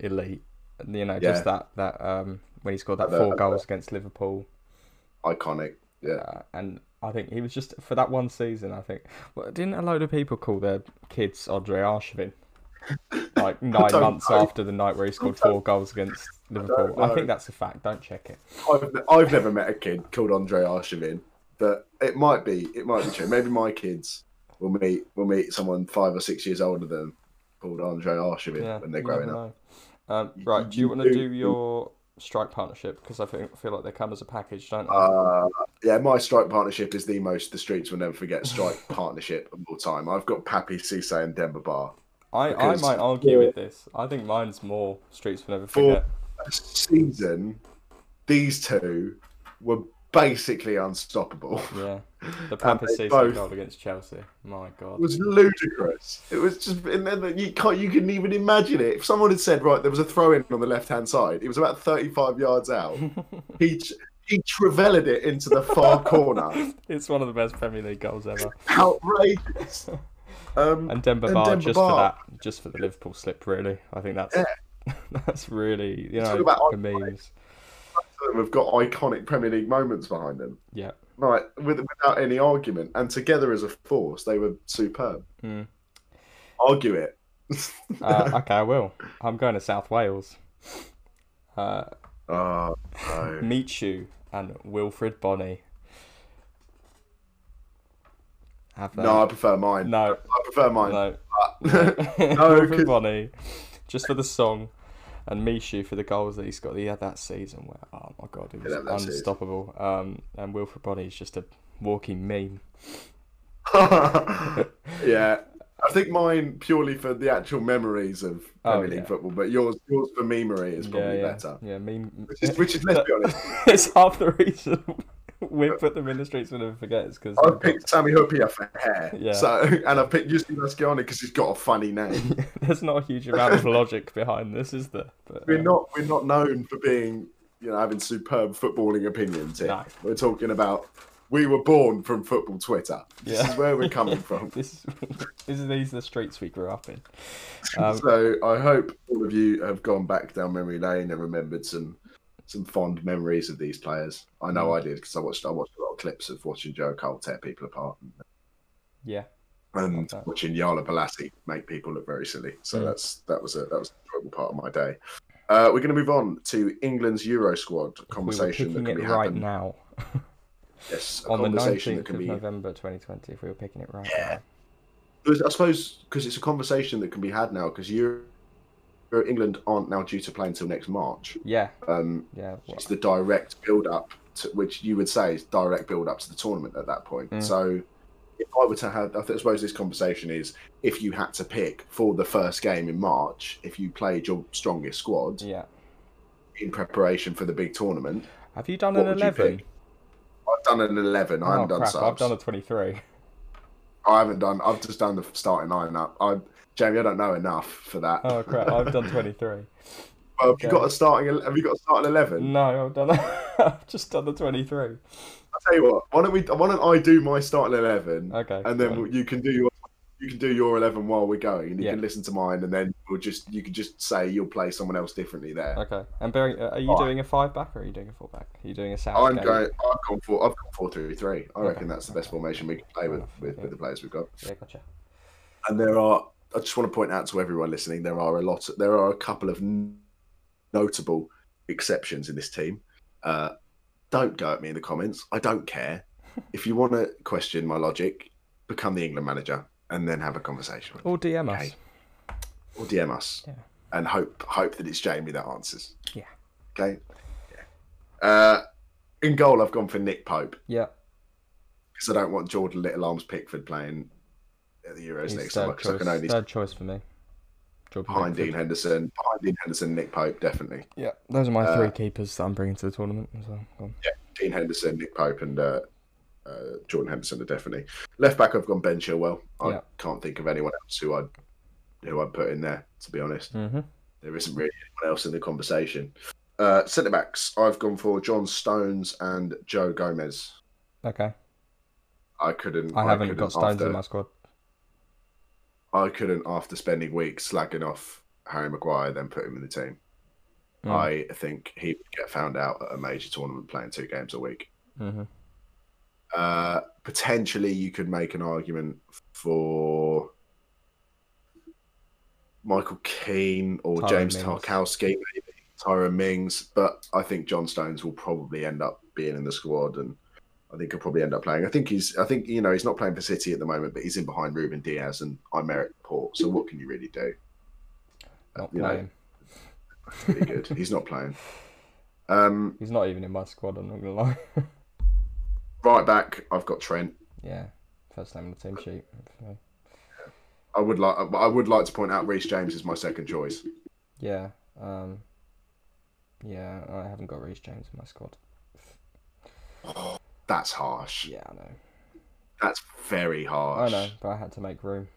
elite. You know, just that that um, when he scored that Other- four other- goals against Liverpool, iconic. Yeah. uh, and I think he was just for that one season. I think well, didn't a load of people call their kids Andrei Arshavin? Like nine don't months know. after the night where he scored four goals against Liverpool. I know. think that's a fact. Don't check it. I've, I've never met a kid called Andre Arshavin, but it might be it might be true. Maybe my kids will meet will meet someone five or six years older than them called Andre Arshavin Yeah, when they're you growing never up. know. Um, You- right, do you you want to do- do your strike partnership? Because I think, feel like they come as a package, don't they? Uh, yeah, my strike partnership is the most the streets will never forget strike partnership of all time. I've got Pappy Cisse and Denver Bar. I, I because- might argue with this. I think mine's more Streets Will Never For Forget. a season, these two were basically unstoppable. Yeah. The Pampa they season both- goal against Chelsea. My God. It was ludicrous. It was just, and then you can't, you couldn't even imagine it. If someone had said, right, there was a throw in on the left hand side, it was about 35 yards out. he he travelled it into the far corner. it's one of the best Premier League goals ever. Outrageous. Um, And Denver And Bar Demba just for Ba. that, just for the Liverpool slip. Really, I think that's that's really you know Talk about the memes. we've got iconic Premier League moments behind them, Yeah, like with, without any argument. And together as a force, they were superb. Mm. Argue it. uh, okay, I will. I'm going to South Wales. Uh, Oh, no. Michu and Wilfred Bonny. Have that. no, I prefer mine. no, I prefer mine. no, but- no, Wilfred 'cause- Bonny, just for the song, and Michu for the goals that he has got. He had that season where, oh my god, he was had that season. unstoppable. Um, and Wilfred Bonny is just a walking meme. yeah. I think mine purely for the actual memories of Oh, Premier League yeah. football, but yours yours for memory is probably yeah, yeah, better. yeah, meme. Which is, which is let's be honest, it's half the reason we put them in the streets. We never forget it's because I've picked Sammy Hupia for hair, Yeah. so and I've picked Justin Mascioni because he's got a funny name. there's not a huge amount of logic behind this, is there? But, We're um, not we're not known for being you know having superb footballing opinions here. No. We're talking about we were born from football Twitter. This Yeah. is where we're coming from. This is, this is these are the streets we grew up in. Um, so I hope all of you have gone back down memory lane and remembered some some fond memories of these players. I Mm. know I did because I watched I watched a lot of clips of watching Joe Cole tear people apart yeah, and, and Okay. watching Yala Balassi make people look very silly. So Mm. that's that was a that was an enjoyable part of my day. Uh, we're going to move on to England's Euro squad we were conversation picking that it can be right happened. now Yes, a on the conversation 19th that of can be. November 2020. If we were picking it right There's- I suppose because it's a conversation that can be had now because Euro England aren't now due to play until next March. now, yeah, Um, yeah, well, it's the direct build up, to, which you would say is direct build up to the tournament at that point. Mm. So, if I were to have, I suppose this conversation is if you had to pick for the first game in March, if you played your strongest squad yeah. in preparation for the big tournament, Have you Mm. done What an would you 11? pick? I've done an 11. I oh haven't done crap! subs. I've done a 23. I haven't done, I've just done the starting lineup. I, Jamie, I don't know enough for that. Oh crap! I've done 23. well, have, you okay. got a starting, ele- have you got a starting 11? No, I've done. I've just done the 23. I'll tell you what, why don't, we, why don't I do my starting 11? Okay. and fine. then you can do your you can do your 11 while we're going and you Yeah. can listen to mine and then we'll just you can just say you'll play someone else differently there Okay. And Barry, uh, are you Alright. doing a five back or are you doing a full back? Are you doing a south? Oh. i'm gate? going i've gone four i've gone four three three i Okay. reckon that's the best formation we can play with with, Yeah. with the players we've got Yeah, gotcha. and there are i just want to point out to everyone listening there are a lot there are a couple of n- notable exceptions in this team uh don't go at me in the comments i don't care if you want to question my logic become the england manager and then have a conversation with Or DM us. Okay. or DM us Yeah. and hope hope that it's Jamie that answers. Yeah. Okay. Yeah. Uh, in goal, I've gone for Nick Pope Yeah. because I don't want Jordan Little Arms Pickford playing at the Euros He's next summer third, because I choice. can only third choice for me. Jordan behind Dean Pickford. Henderson, behind Dean Henderson, Nick Pope definitely. Yeah, those are my Uh, three keepers that I'm bringing to the tournament as well. Go on. Dean Henderson, Nick Pope, and uh, uh, Jordan Henderson are definitely left back. I've gone Ben Chilwell. I Yeah. can't think of anyone else who I who I'd put in there to be honest. Mhm. there isn't really anyone else in the conversation. Uh, Centre backs, I've gone for John Stones and Joe Gomez. Okay. I couldn't. I haven't couldn't got Stones after, in my squad. I couldn't after spending weeks slagging off Harry Maguire, then put him in the team. Mm. I think he would get found out at a major tournament playing two games a week. Mhm. Uh, potentially, you could make an argument for Michael Keane or Tyrone James Mings. Tarkowski, maybe Tyron Mings, but I think John Stones will probably end up being in the squad, and I think he'll probably end up playing. I think he's, I think you know, he's not playing for City at the moment, but he's in behind Ruben Diaz and Imeric Port. So what can you really do? Not you know. playing. Pretty good. he's not playing. Um, He's not even in my squad. I'm not gonna lie. right back, I've got Trent. yeah. First name on the team sheet. for me. I would like, I would like to point out, Reece James is my second choice. Yeah. Um. Yeah, I haven't got Reece James in my squad. That's harsh. Yeah, I know. That's very harsh. I know, but I had to make room.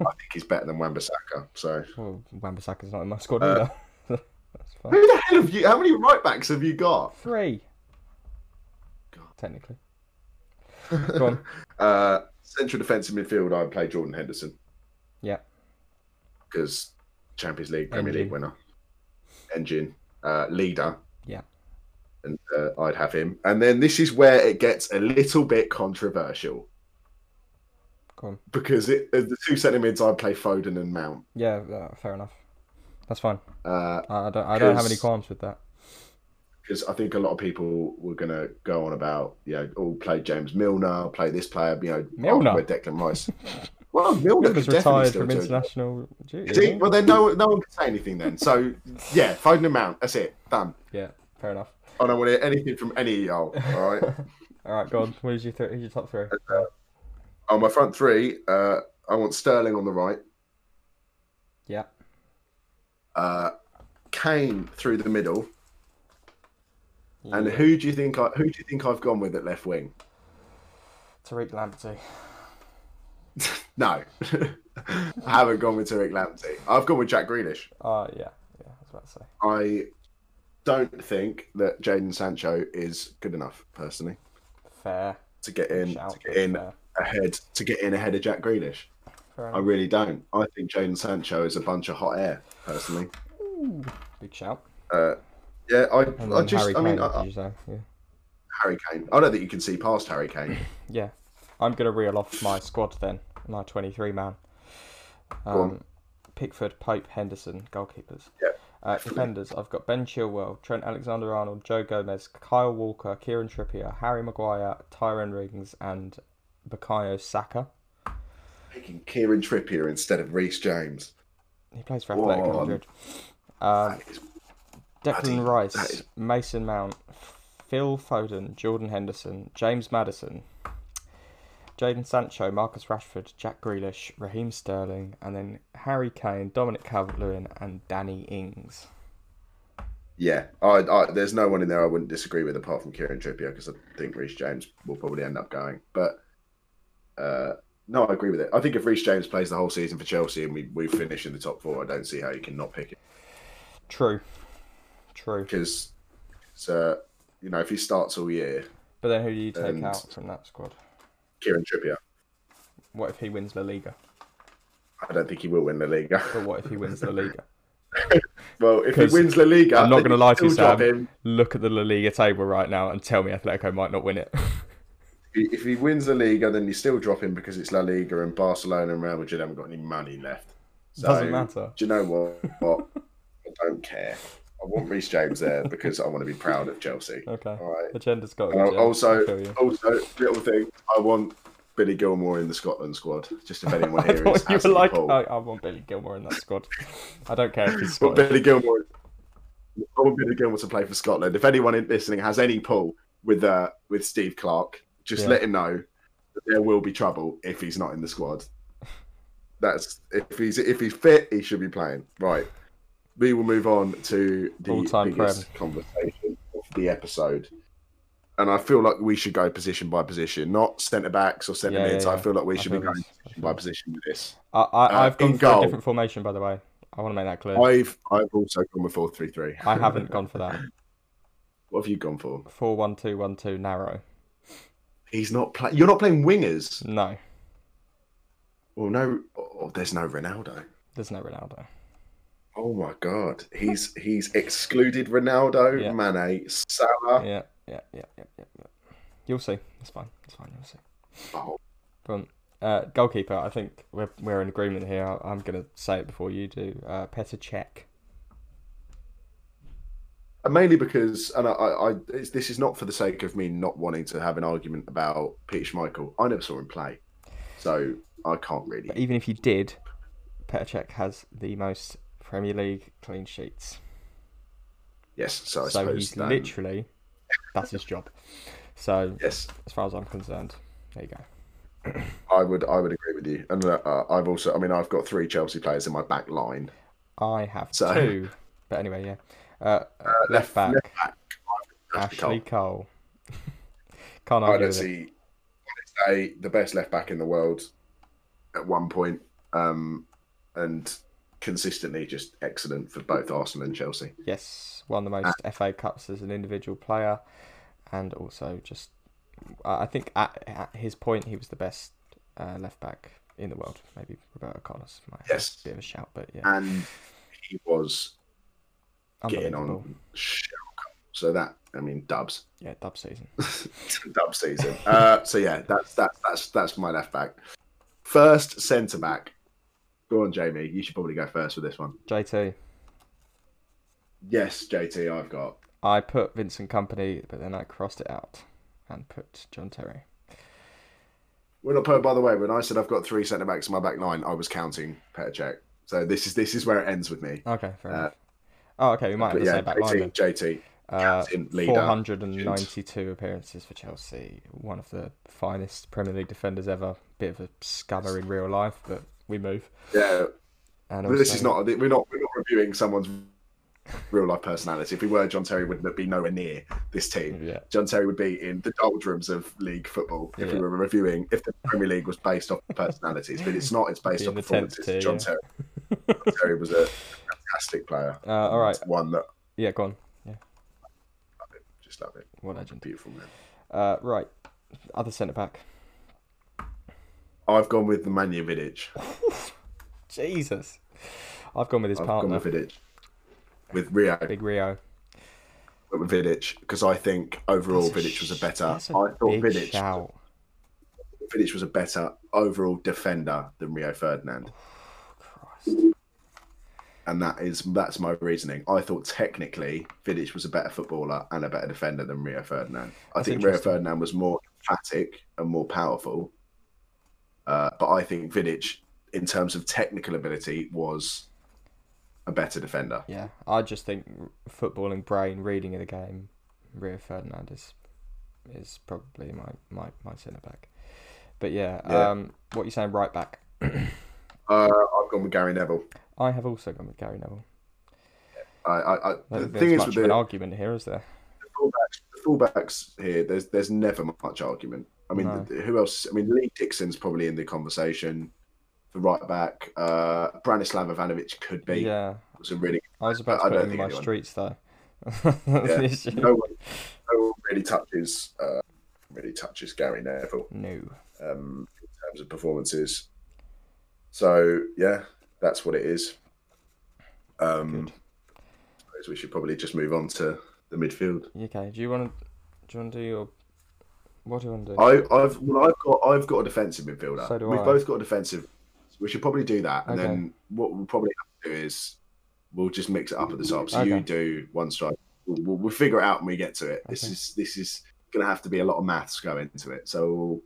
I think he's better than Wambasaka. So Well, Wan-Bissaka's not in my squad Uh, either. That's fine. who the hell have you? How many right backs have you got? Three. God. Technically. Go on. Uh, central defensive midfield, I would play Jordan Henderson. Yeah. Because Champions League, Premier Engine. League winner, engine, uh, leader. Yeah. And uh, I'd have him. And then this is where it gets a little bit controversial Go on. because it, as the two centre mids, I'd play Foden and Mount. Yeah, uh, fair enough. That's fine. Uh, I, I don't. I don't have any Because- qualms with that. because I think a lot of people were going to go on about, you know, all play James Milner, play this player, you know, Milner? with Declan Rice. well, Milner Because could definitely retired still from do it. international duty. Is he? yeah. Well, then no, no one can say anything then. So, yeah, Foden and Mount. That's it. Done. Yeah, fair enough. I don't want to hear anything from any of y'all. All right. All right, go on. Who's your th- who's your top three? on my front three, uh, I want Sterling on the right, Yeah, uh, Kane through the middle, and Yeah. who do you think I who do you think I've gone with at left wing? Tariq Lamptey. No, I haven't gone with Tariq Lamptey. I've gone with Jack Greenish. Oh yeah, yeah. I was about to say. I don't think that Jaden Sancho is good enough personally Fair. to get in shout, to get but in fair. ahead to get in ahead of Jack Greenish. Fair I enough. really don't. I think Jaden Sancho is a bunch of hot air personally. Big shout. Uh, yeah, I, And I then just Harry I mean Kane, I, did you say? Yeah. Harry Kane. I don't think you can see past Harry Kane. Yeah. I'm going to reel off my squad then, my 23 man. Go on. Um, Pickford, Pope, Henderson, goalkeepers. Yeah. Uh, defenders, I've got Ben Chilwell, Trent Alexander Arnold, Joe Gomez, Kyle Walker, Kieran Trippier, Harry Maguire, Tyrone Rings, and Bakayo Saka. Taking Kieran Trippier instead of Reece James. He plays for Whoa. Athletic Madrid. Um, That is- bloody- Declan that Rice, is- Mason Mount, Phil Foden, Jordan Henderson, James Madison, Jaden Sancho, Marcus Rashford, Jack Grealish, Raheem Sterling, and then Harry Kane, Dominic Calvert-Lewin, and Danny Ings. yeah, I, I, there's no one in there I wouldn't disagree with apart from Kieran Trippier because I think Reece James will probably end up going. But uh, no, I agree with it. I think if Reece James plays the whole season for Chelsea and we, we finish in the top four, I don't see how you can not pick it True, true. because uh, you know if he starts all year, But then who do you take And- out from that squad? Kieran Trippier. What if he wins La Liga? I don't think he will win the Liga. But what if he wins La Liga? Well, if he 'Cause wins La Liga, I'm not then going to lie to you, still drop Sam. him. Look at the La Liga table right now and tell me Atletico might not win it. If if he wins La Liga, then you still drop him because it's La Liga and Barcelona and Real Madrid haven't got any money left. So, Doesn't matter. Do you know what? what? I don't care. I want Reece James there because I want to be proud of Chelsea. Okay. All right. Agenda's got to uh, And I go. also, Jim. also, little thing, I want Billy Gilmore in the Scotland squad. Just if anyone I here is thought you were absolutely like, "Oh, appalled. I, I want Billy Gilmore in that squad. I don't care if he's I want Scottish. Billy Gilmore. I want Billy Gilmore to play for Scotland. If anyone in- listening has any pull with uh, with Steve Clark, just Yeah. let him know that there will be trouble if he's not in the squad. That's if he's if he's fit, he should be playing. Right. We will move on to the All-time biggest conversation of the episode. And I feel like we should go position by position, not centre backs or centre Yeah, yeah, mids. I yeah. feel like we I should be feel going this. position by I feel this. position with this. I, I, Uh, I've gone in for a goal. different formation, by the way. I want to make that clear. I, I've I've also gone with four three three. haven't gone for that. What have you gone for? 4 1 2 1 2 narrow. He's not playing. You're not playing wingers. No, Well, no, oh, there's no Ronaldo. there's no Ronaldo. Oh my God, he's he's excluded Ronaldo, Yeah. Mane, Salah. Yeah, yeah, yeah, yeah, yeah. yeah. You'll see. It's fine. It's fine. You'll see. Oh, But uh, goalkeeper, I think we're, we're in agreement here. I- I'm going to say it before you do. Uh, Petr Cech. and mainly because, and I, I, I it's, this is not for the sake of me not wanting to have an argument about Peter Schmeichel. I never saw him play, so I can't really. But even if you did, Petr Cech has the most Premier League clean sheets. Yes, so I so suppose um, he's then- literally that's his job. So Yes, as far as I'm concerned, there you go. I would, I would agree with you. And uh, I've also, I mean, I've got three Chelsea players in my back line. I have So- two, but anyway, yeah. Uh, left, back, left back, Ashley Cole. Ashley Cole. Can't I argue don't with it. see a the best left back in the world at one point, um, and consistently just excellent for both Arsenal and Chelsea. Yes, won Ah. the most FA Cups as an individual player, and also just I I think at, at his point he was the best uh, left back in the world. Maybe Roberto Carlos might Yes. be a bit of a shout, but yeah, and he was getting unbelievable. on. shit. So that I mean dubs, Yeah, dub season. dub season. Uh, so yeah, that's that's that's that's my left back. First centre back. Go on, Jamie. You should probably go first with this one. JT, Yes, JT, I've got. I put Vincent Company, but then I crossed it out and put John Terry. We're not putting. By the way, when I said I've got three centre backs in my back line, I was counting Petr Cech. So this is this is where it ends with me. Okay, fair Uh, enough. Oh, okay, we might have But the yeah, same back line then. JT, JT, Uh, captain, leader, 492 appearances for Chelsea. One of the finest Premier League defenders ever. Bit of a scammer in real life, but we move. yeah. And But this also- is not. We're not. We're not reviewing someone's real life personality. If we were, John Terry would be nowhere near this team. Yeah. John Terry would be in the doldrums of league football if Yeah. we were reviewing if the Premier League was based off personalities, but it's not. It's based Be on in the tenth performances. tier, John yeah. Terry. John Terry was a fantastic player. Uh, all right. One that Yeah, go on. Yeah, just love it. what legend. Beautiful man. Uh, right. Other centre back. I've gone with the Manu Vidic. Jesus. I've gone with his I've partner, gone with Vidic. With Rio, Big Rio. but with Vidic, because I think overall That's a Vidic was a sh- better. I that's a thought big Vidic Shout. Vidic was a better overall defender than Rio Ferdinand, Christ. and that is that's my reasoning. I thought technically Vidic was a better footballer and a better defender than Rio Ferdinand. I That's think Rio interesting. Ferdinand was more emphatic and more powerful, uh, but I think Vidic, in terms of technical ability, was a better defender. Yeah, I just think footballing brain, reading of the game, Rio Ferdinand is, is probably my, my, my centre back. But yeah, Yeah. Um, what you saying, right back? Uh, I've gone with Gary Neville. I have also gone with Gary Neville. I, I, I, the I don't think thing there's is much with of an the, argument here, is there? fullbacks, the fullbacks here, there's there's never much argument. I mean, No. th- who else? I mean, Lee Dixon's probably in the conversation for right back. Uh, Branislav Ivanovic could be. Yeah, Was a really I was about I to put don't him in think my anyone- streets though. Yeah. That's the issue. no one, no one really touches uh, really touches Gary Neville No. um, in terms of performances. So yeah, that's what it is. Um, Good. I suppose we should probably just move on to the midfield. Okay. Do you want to? Do you want to do your? What do you want to do? I, I've well, I've got I've got a defensive midfielder. So do We've I. both got a defensive. We should probably do that, and Okay. then what we'll probably have to do is we'll just mix it up at the top. So you Okay. do one strike. We'll, we'll, we'll figure it out when we get to it. This Okay. is this is going to have to be a lot of maths going into it. So we'll,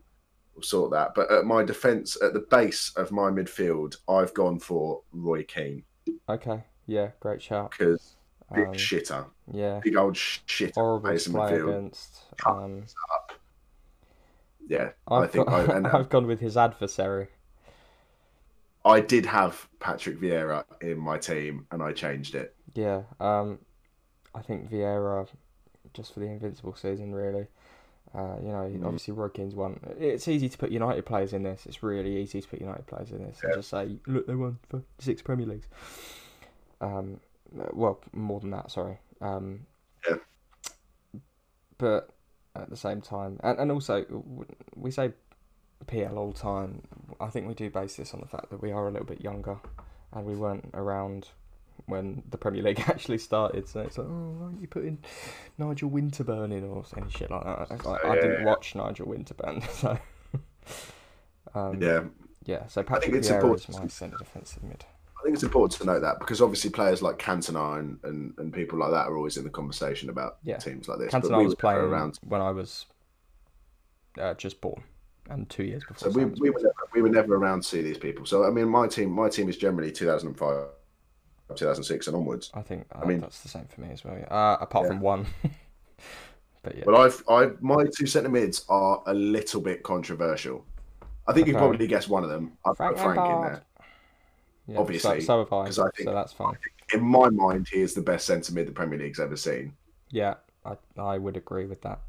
we'll sort that. But at my defense, at the base of my midfield, I've gone for Roy Keane Okay. Yeah. Great shout. because big Um, shitter, yeah. big old shitter. Horrible base to in play midfield. against. Um, Yeah, I've I think I, got, and I've gone with his adversary. I did have Patrick Vieira in my team, and I changed it. Yeah. Um, I think Vieira, just for the invincible season, really. Uh, you know, Mm. obviously Roy Keane's won. It's easy to put United players in this. It's really easy to put United players in this and just say, look, they won for six Premier Leagues. Um, well, more than that, sorry. Um, Yeah. But at the same time, and, and also w- we say PL all the time. I think we do base this on the fact that we are a little bit younger, and we weren't around when the Premier League actually started. So it's like, oh, why aren't you putting Nigel Winterburn in or any shit like that? It's like, I Yeah. didn't watch Nigel Winterburn, so um, yeah. Yeah, So Patrick it's Vieira is important. my centre defensive mid. I think it's important to note that because obviously players like Cantona and, and, and people like that are always in the conversation about Yeah. teams like this. but Cantona we was were never playing around, when I was uh, just born, and two years so before. we, Sam was we born. were never, we were never around to see these people. So I mean, my team my team is generally 2005, 2006 and onwards. I think uh, mean- that's the same for me as well. Yeah. Uh, apart Yeah. from one, but yeah, Well, I've I my two centre mids are a little bit controversial. I think you can Okay. probably guess one of them. I've Frank put Frank in Lampard. there. yeah, obviously, so, so have I. 'cause I think- so that's fine. In my mind, he is the best centre mid the Premier League's ever seen. Yeah, I I would agree with that.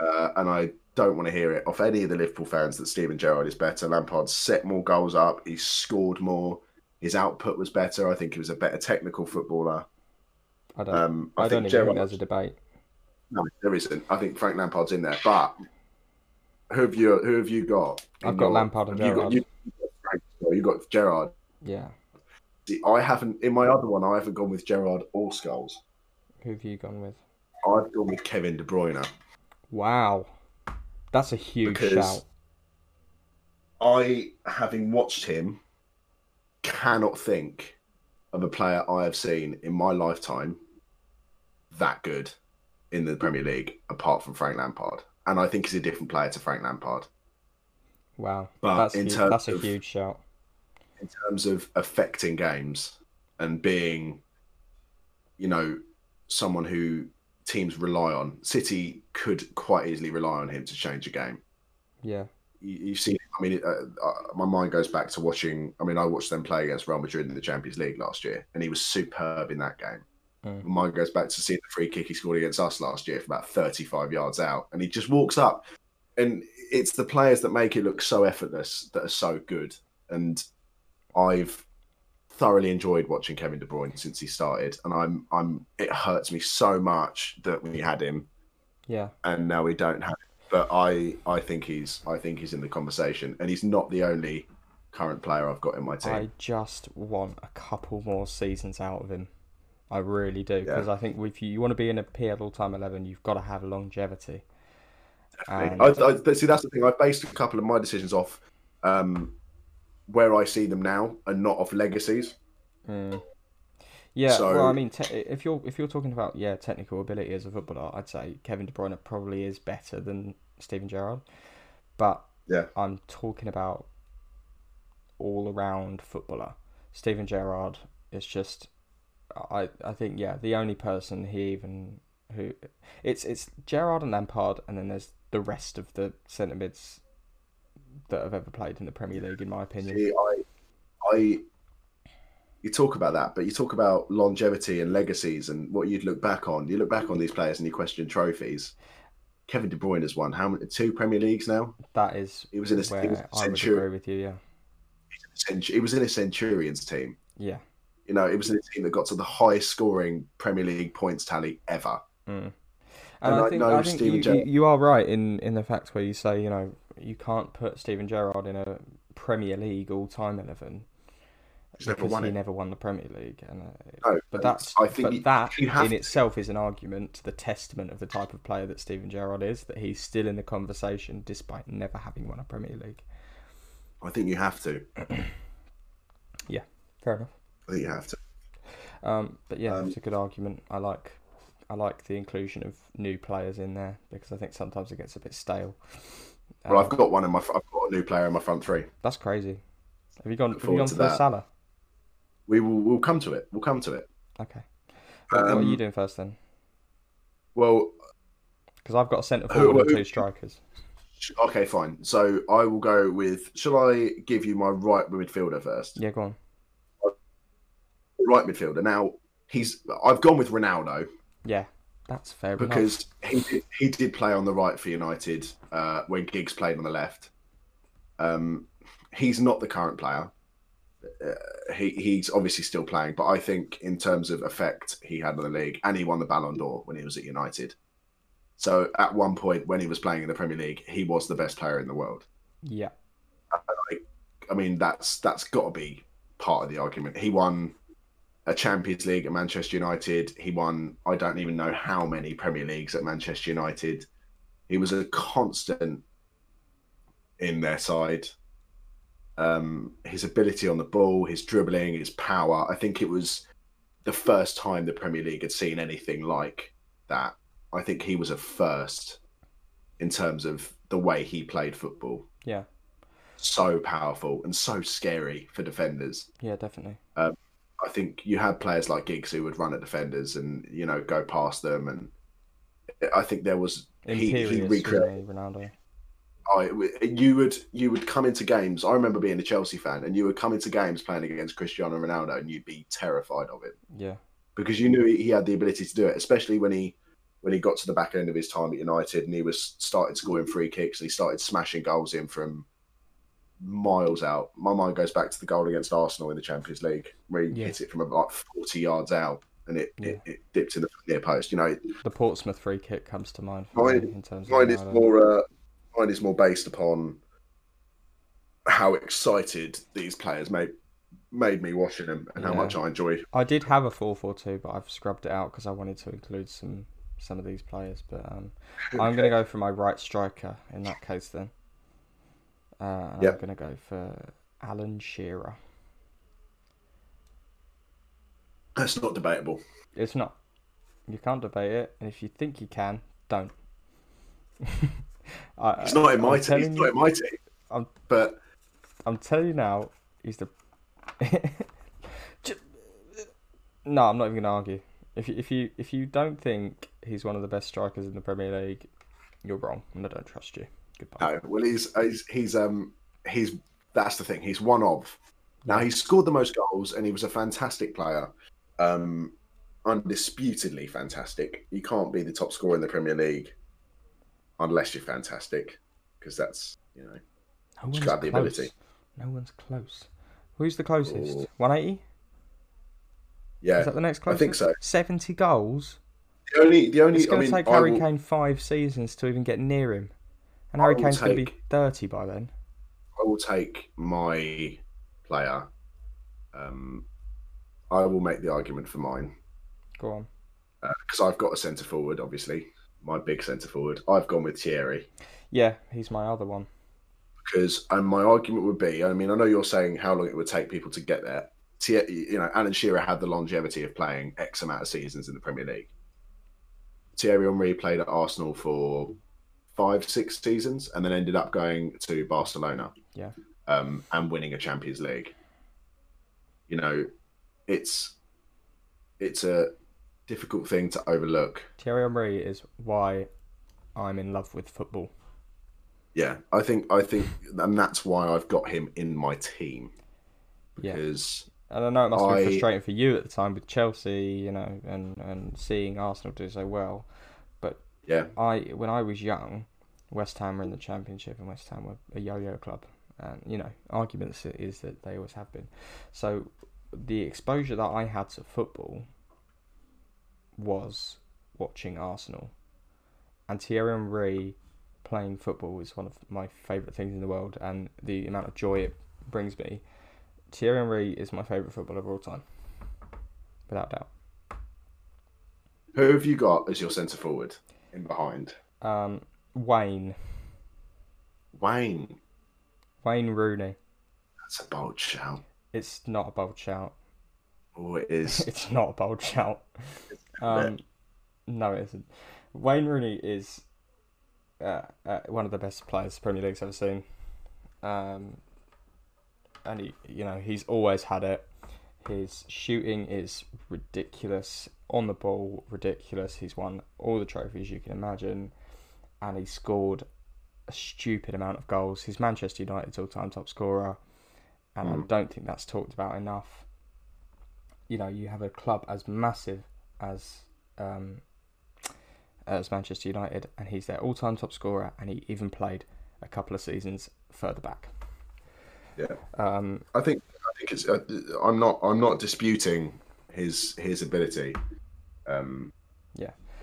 uh, and I don't want to hear it off any of the Liverpool fans that Steven Gerrard is better. Lampard set more goals up. He scored more. His output was better. I think he was a better technical footballer. I don't. Um, I, I, don't think even Gerrard. think there's a debate. no, there isn't. I think Frank Lampard's in there, but who have you who have you got? in I've got your- Lampard and have you got- Gerrard. you- you've got Frank as well, You've got Gerard. Yeah. See, I haven't in my other one. I haven't gone with Gerard or Skulls. Who have you gone with? I've gone with Kevin De Bruyne. Wow. That's a huge Because- shout. I, having watched him, cannot think of a player I have seen in my lifetime that good in the Premier League, apart from Frank Lampard. And I think he's a different player to Frank Lampard Wow. But that's in hu- terms that's a of- huge shout. in terms of affecting games and being, you know, someone who teams rely on. City could quite easily rely on him to change a game. Yeah. you, you've seen. I mean, uh, uh, my mind goes back to watching. I mean, I watched them play against Real Madrid in the Champions League last year, and he was superb in that game. Mm. My mind goes back to seeing the free kick he scored against us last year from about 35 yards out, and he just walks up. And it's the players that make it look so effortless that are so good. And I've thoroughly enjoyed watching Kevin De Bruyne since he started, and I'm I'm it hurts me so much that we had him Yeah. and now we don't have it. But I, I think he's, I think he's in the conversation, and he's not the only current player I've got in my team. I just want a couple more seasons out of him. I really do Yeah. because I think if you, you want to be in a PL all time eleven, you've got to have longevity. And I, I, but see, that's the thing. I based a couple of my decisions off um, where I see them now, and not off legacies. Mm. Yeah, So- well, I mean, te- if you're if you're talking about yeah technical ability as a footballer, I'd say Kevin De Bruyne probably is better than Steven Gerrard, but Yeah. I'm talking about all around footballer. Steven Gerrard is just, I I think yeah the only person he even who it's it's Gerrard and Lampard, and then there's the rest of the centre mids that have ever played in the Premier League, in my opinion. See, I, I, you talk about that, but you talk about longevity and legacies and what you'd look back on. You look back on these players and you question trophies. Kevin De Bruyne has won how many? Two Premier Leagues now. That is He was in a, he was a where I would centurion. agree with you. Yeah, He was in a Centurions team. yeah. You know, it was a team that got to the highest scoring Premier League points tally ever. Mm. And, And I I think, know I think Steven you, you, Gerrard- you are right in, in the fact where you say, you know, you can't put Steven Gerrard in a Premier League all time 11 He's never because won he it. never won the Premier League. And, uh, No, but and that's, I think but you- that you have in to. itself is an argument to the testament of the type of player that Steven Gerrard is, that he's still in the conversation despite never having won a Premier League. I think you have to. Fair enough. I think you have to. Um, but yeah, Um, it's a good argument. I like, I like the inclusion of new players in there because I think sometimes it gets a bit stale. Well, Um, I've got one in my. I've got a new player in my front three. That's crazy. Have you gone? Have you forward gone to for that. Salah? We will. We'll come to it. We'll come to it. Okay. What, what are Um, you doing first then? Well, Because I've got a centre who- forward and who- two strikers. sh- okay, fine. So I will go with. Shall I give you my right midfielder first? Yeah, go on. Right midfielder. Now he's. I've gone with Ronaldo Yeah, that's fair enough. because he did, he did play on the right for United uh, when Giggs played on the left. Um, he's not the current player. Uh, he he's obviously still playing, but I think in terms of effect he had on the league, and he won the Ballon d'Or when he was at United. So at one point when he was playing in the Premier League, he was the best player in the world. Yeah, I mean that's that's got to be part of the argument. He won a Champions League at Manchester United. He won I don't even know how many Premier Leagues at Manchester United. He was a constant in their side. Um, his ability on the ball, his dribbling, his power. I think it was the first time the Premier League had seen anything like that. I think he was a first in terms of the way he played football yeah, so powerful and so scary for defenders. yeah, definitely. I think you had players like Giggs who would run at defenders and you know go past them, and I think there was he, Imperious, he isn't recreated. he, Ronaldo. I, you would you would come into games. I remember being a Chelsea fan, and you would come into games playing against Cristiano Ronaldo, and you'd be terrified of him Yeah, because you knew he he had the ability to do it, especially when he when he got to the back end of his time at United and he was started scoring free kicks and he started smashing goals in from miles out. My mind goes back to the goal against Arsenal in the Champions League where he Yeah. hit it from about forty yards out and it, it, it dipped in the near post. You know, the Portsmouth free kick comes to mind for Mine- me in terms of mine is Ronaldo. more uh, mine is more based upon how excited these players made made me watching them and how Yeah. much I enjoyed. I did have a four four two, but I've scrubbed it out because I wanted to include some some of these players. But um, I'm going to go for my right striker in that case then. Uh, and Yeah. I'm going to go for Alan Shearer. That's not debatable. It's not. You can't debate it, and if you think you can, don't. I, It's not in my team. I'm It's telling not in my team. I'm- But I'm telling you now, he's the. Ju- no, I'm not even gonna argue. If you, if you if you don't think he's one of the best strikers in the Premier League, you're wrong, and I don't trust you. Goodbye. no, well, he's he's, he's um he's that's the thing. He's one of. Now he scored the most goals, and he was a fantastic player, um, undisputedly fantastic. You can't be the top scorer in the Premier League unless you're fantastic, because that's you know No one's got the close. ability. No one's close. Who's the closest? Ooh. 180. yeah. Is that the next I closest? think so. 70 goals. The only the only It's I going mean to take I Harry will- Kane five seasons to even get near him, and I Harry will Kane's going to be take- 30 by then. I will take my player. Um, I will make the argument for mine Go on. because I've got a centre forward, obviously, my big centre forward. I've gone with Thierry Yeah, he's my other one. because, and my argument would be, I mean, I know you're saying how long it would take people to get there. Thierry, you know, Alan Shearer had the longevity of playing X amount of seasons in the Premier League. Thierry Henry played at Arsenal for five, six seasons, and then ended up going to Barcelona. Yeah. um, and winning a Champions League. You know, it's it's a difficult thing to overlook. Thierry Henry is why I'm in love with football. Yeah, I think I think, and that's why I've got him in my team Yeah. because And I know it must have I- been frustrating for you at the time with Chelsea, you know, and, and seeing Arsenal do so well. But yeah, I, when I was young, West Ham were in the Championship and West Ham were a yo-yo club. And, you know, arguments is that they always have been. So the exposure that I had to football was watching Arsenal. And Thierry Henry playing football is one of my favourite things in the world. And the amount of joy it brings me. Thierry Henry is my favourite footballer of all time. Without doubt. who have you got as your centre forward in behind? Um, Wayne. Wayne. Wayne Rooney. That's a bold shout. It's not a bold shout. Oh, it is. It's not a bold shout. Um, no, it isn't. Wayne Rooney is uh, uh, one of the best players the Premier League's ever seen. Um, and he, you know, he's always had it. His shooting is ridiculous on the ball, ridiculous. He's won all the trophies you can imagine, and he scored a stupid amount of goals. He's Manchester United's all-time top scorer, and I don't think that's talked about enough you know you have a club as massive as um, as Manchester United, and he's their all-time top scorer, and he even played a couple of seasons further back. Yeah. Um, I think I think it's. Uh, I'm not. I'm not disputing his his ability. Um,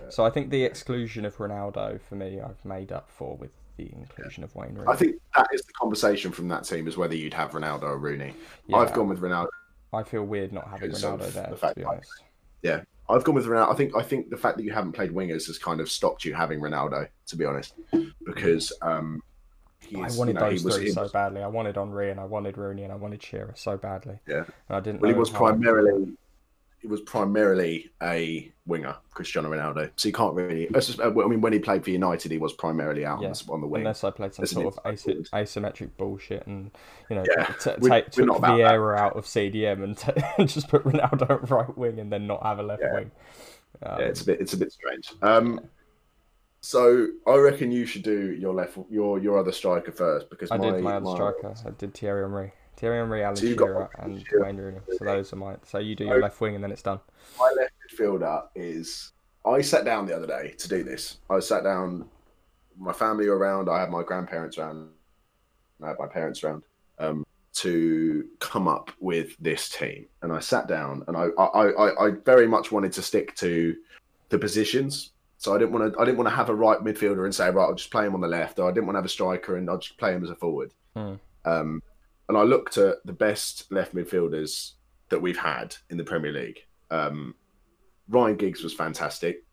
so I think the exclusion of Ronaldo for me, I've made up for with the inclusion of Wayne Rooney. I think that is the conversation from that team is whether you'd have Ronaldo or Rooney. Yeah, I've gone with Ronaldo. I feel weird not having because of Ronaldo there. the to fact be that- honest. I've gone with Ronaldo. I think I think the fact that you haven't played wingers has kind of stopped you having Ronaldo, to be honest, because um, he I is- wanted you know, those he was, three he so was- badly. I wanted Henri and I wanted Rooney and I wanted Shearer so badly. Yeah. And I didn't. well, he know was how- primarily he was primarily a winger, Cristiano Ronaldo. So you can't really. I sus- I mean, when he played for United, he was primarily out on Yeah. the- on the wing. Unless I played some There's an sort of inside asy- asymmetric bullshit and, you know, Yeah, t- we- take, we're took not about that. Vieira out of CDM and, t- and just put Ronaldo at right wing and then not have a left Yeah. wing. Um, yeah, it's a bit it's a bit strange. Um, so I reckon you should do your left your your other striker first because I my, did my other my- striker. I did Thierry Henry. Thierry Henry, Alan So you've got Shearer, Alan and Shearer. Wayne Rooney. So those are mine. So you do your left wing and then it's done. my left midfielder is I sat down the other day to do this. I sat down my family were around, I had my grandparents around, I had my parents around, um, to come up with this team. And I sat down and I I, I, I very much wanted to stick to the positions. So I didn't want to. I didn't want to have a right midfielder and say right, I'll just play him on the left, or I didn't want to have a striker and I'll just play him as a forward. Hmm. Um, and I looked at the best left midfielders that we've had in the Premier League. Um, Ryan Giggs was fantastic,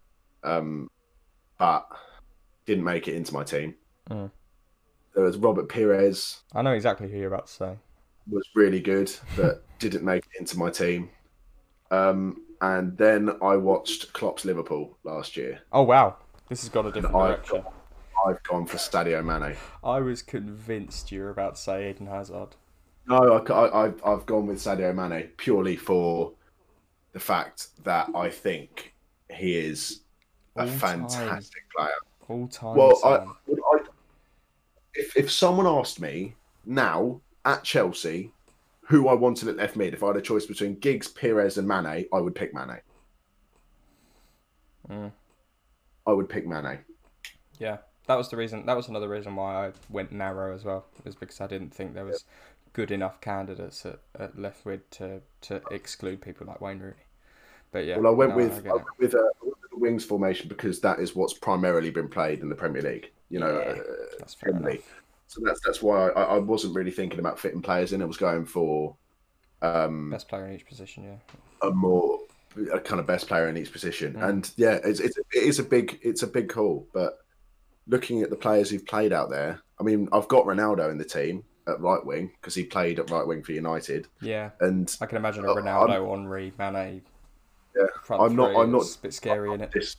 um, but didn't make it into my team. Hmm. There was Robert Pires I know exactly who you're about to say. was really good, but didn't make it into my team. Um, and then I watched Klopp's Liverpool last year. Oh wow, this has gone a different I've direction. I've gone for Stadio Mane. I was convinced you were about to say Eden Hazard. No, I, I, I've- I've gone with Sadio Mane purely for the fact that I think he is a All time. fantastic player. All time. Well, I, son. would I, if if someone asked me now at Chelsea who I wanted at left mid, if I had a choice between Giggs, Pires, and Mane, I would pick Mane. Mm. I would pick Mane. yeah, that was the reason. That was another reason why I went narrow as well, is because I didn't think there was good enough candidates at, at left mid to to exclude people like Wayne Rooney. But yeah, Well, I went no, with get I it. went with, uh, I went with the wings formation because that is what's primarily been played in the Premier League. You know, Yeah. uh, that's fair Premier enough. League. So that's that's why I, I wasn't really thinking about fitting players in. I was going for um, Best player in each position. Yeah, a more a kind of best player in each position. Mm. And yeah, it's, it's it is a big it's a big call. But looking at the players who've played out there, I mean, I've got Ronaldo in the team at right wing because he played at right wing for United, yeah. and I can imagine a Uh, I'm- Ronaldo, Henri, Mane. Yeah, front I'm not- three, I'm not- It's a bit scary in it. this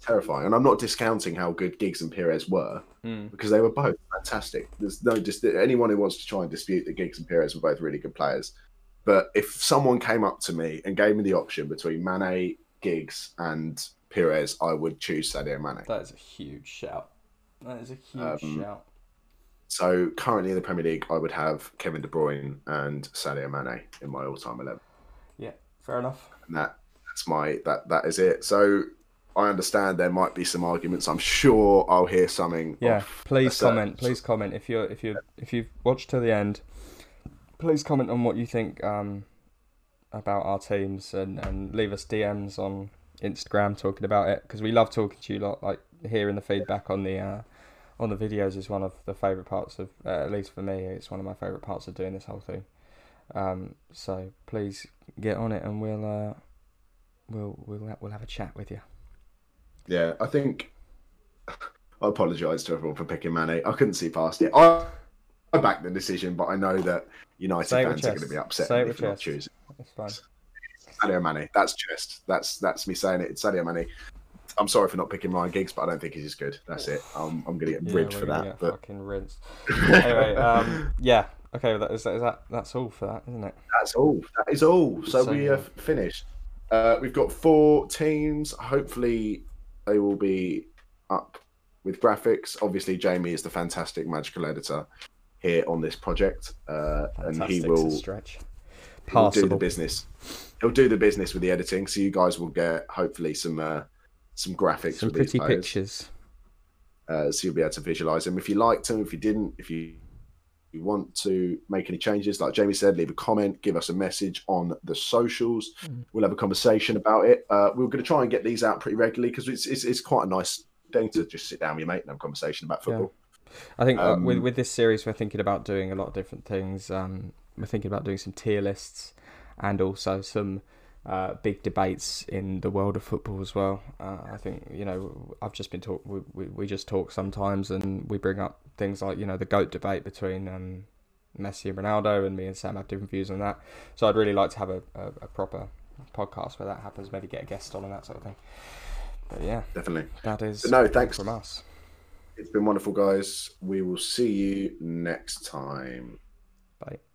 terrifying. And I'm not discounting how good Giggs and Pires were Mm. because they were both fantastic. There's no dis- anyone who wants to try and dispute that Giggs and Pires were both really good players. But if someone came up to me and gave me the option between Mane, Giggs, and Pires, I would choose Sadio Mane. That is a huge shout. That is a huge Um, shout. So currently in the Premier League, I would have Kevin De Bruyne and Sadio Mane in my all-time eleven, Yeah, fair enough. and that that's my that that is it. So I understand there might be some arguments. I'm sure I'll hear something. Yeah, off. please That's, uh, comment. Please comment if you're if you are if you've watched to the end. Please comment on what you think um, about our teams and and leave us DMs on Instagram talking about it because we love talking to you lot. Like hearing the feedback on the uh, on the videos is one of the favorite parts of uh, at least for me. It's one of my favorite parts of doing this whole thing. Um, so please get on it and we'll uh, we'll we'll we'll have a chat with you. yeah. I think I apologise to everyone for picking Mane. I couldn't see past it. I I backed the decision, but I know that United Say it with fans are going to chest. be upset Say it if with you're not chest. choosing It's fine. Sadio Mane. That's chest. That's that's me saying it. It's Sadio Mane. I'm sorry for not picking Ryan Giggs, but I don't think he's as good. That's it. I'm, I'm going to get Yeah, ribbed we're for gonna that. get but fucking rinsed. anyway, um, yeah. Okay, well, that is, is that that's all for that, isn't it? That's all. That is all. So, So, we yeah. have finished. Uh, we've got four teams. Hopefully, they will be up with graphics. Obviously, Jamie is the fantastic magical editor here on this project, uh, and he Fantastic's a will stretch. he'll do the Passable. business. He'll do the business with the editing, so you guys will get hopefully some uh, some graphics, Some with these pretty players. pictures. uh, so you'll be able to visualize them. If you liked them, if you didn't, if you if you want to make any changes, like Jamie said, leave a comment, give us a message on the socials. Mm. We'll have a conversation about it. Uh, we're going to try and get these out pretty regularly because it's, it's it's quite a nice thing to just sit down with your mate and have a conversation about football. I think uh, with Um, with this series, we're thinking about doing a lot of different things. Um, we're thinking about doing some tier lists, and also some uh, big debates in the world of football as well. Uh, I think you know I've just been talk. We, we we just talk sometimes, and we bring up things like you know the goat debate between um, Messi and Ronaldo, and me and Sam have different views on that. So I'd really like to have a, a, a proper podcast where that happens. Maybe get a guest on and that sort of thing. But yeah, Definitely. that is But no, thanks. from us. It's been wonderful, guys. We will see you next time. Bye.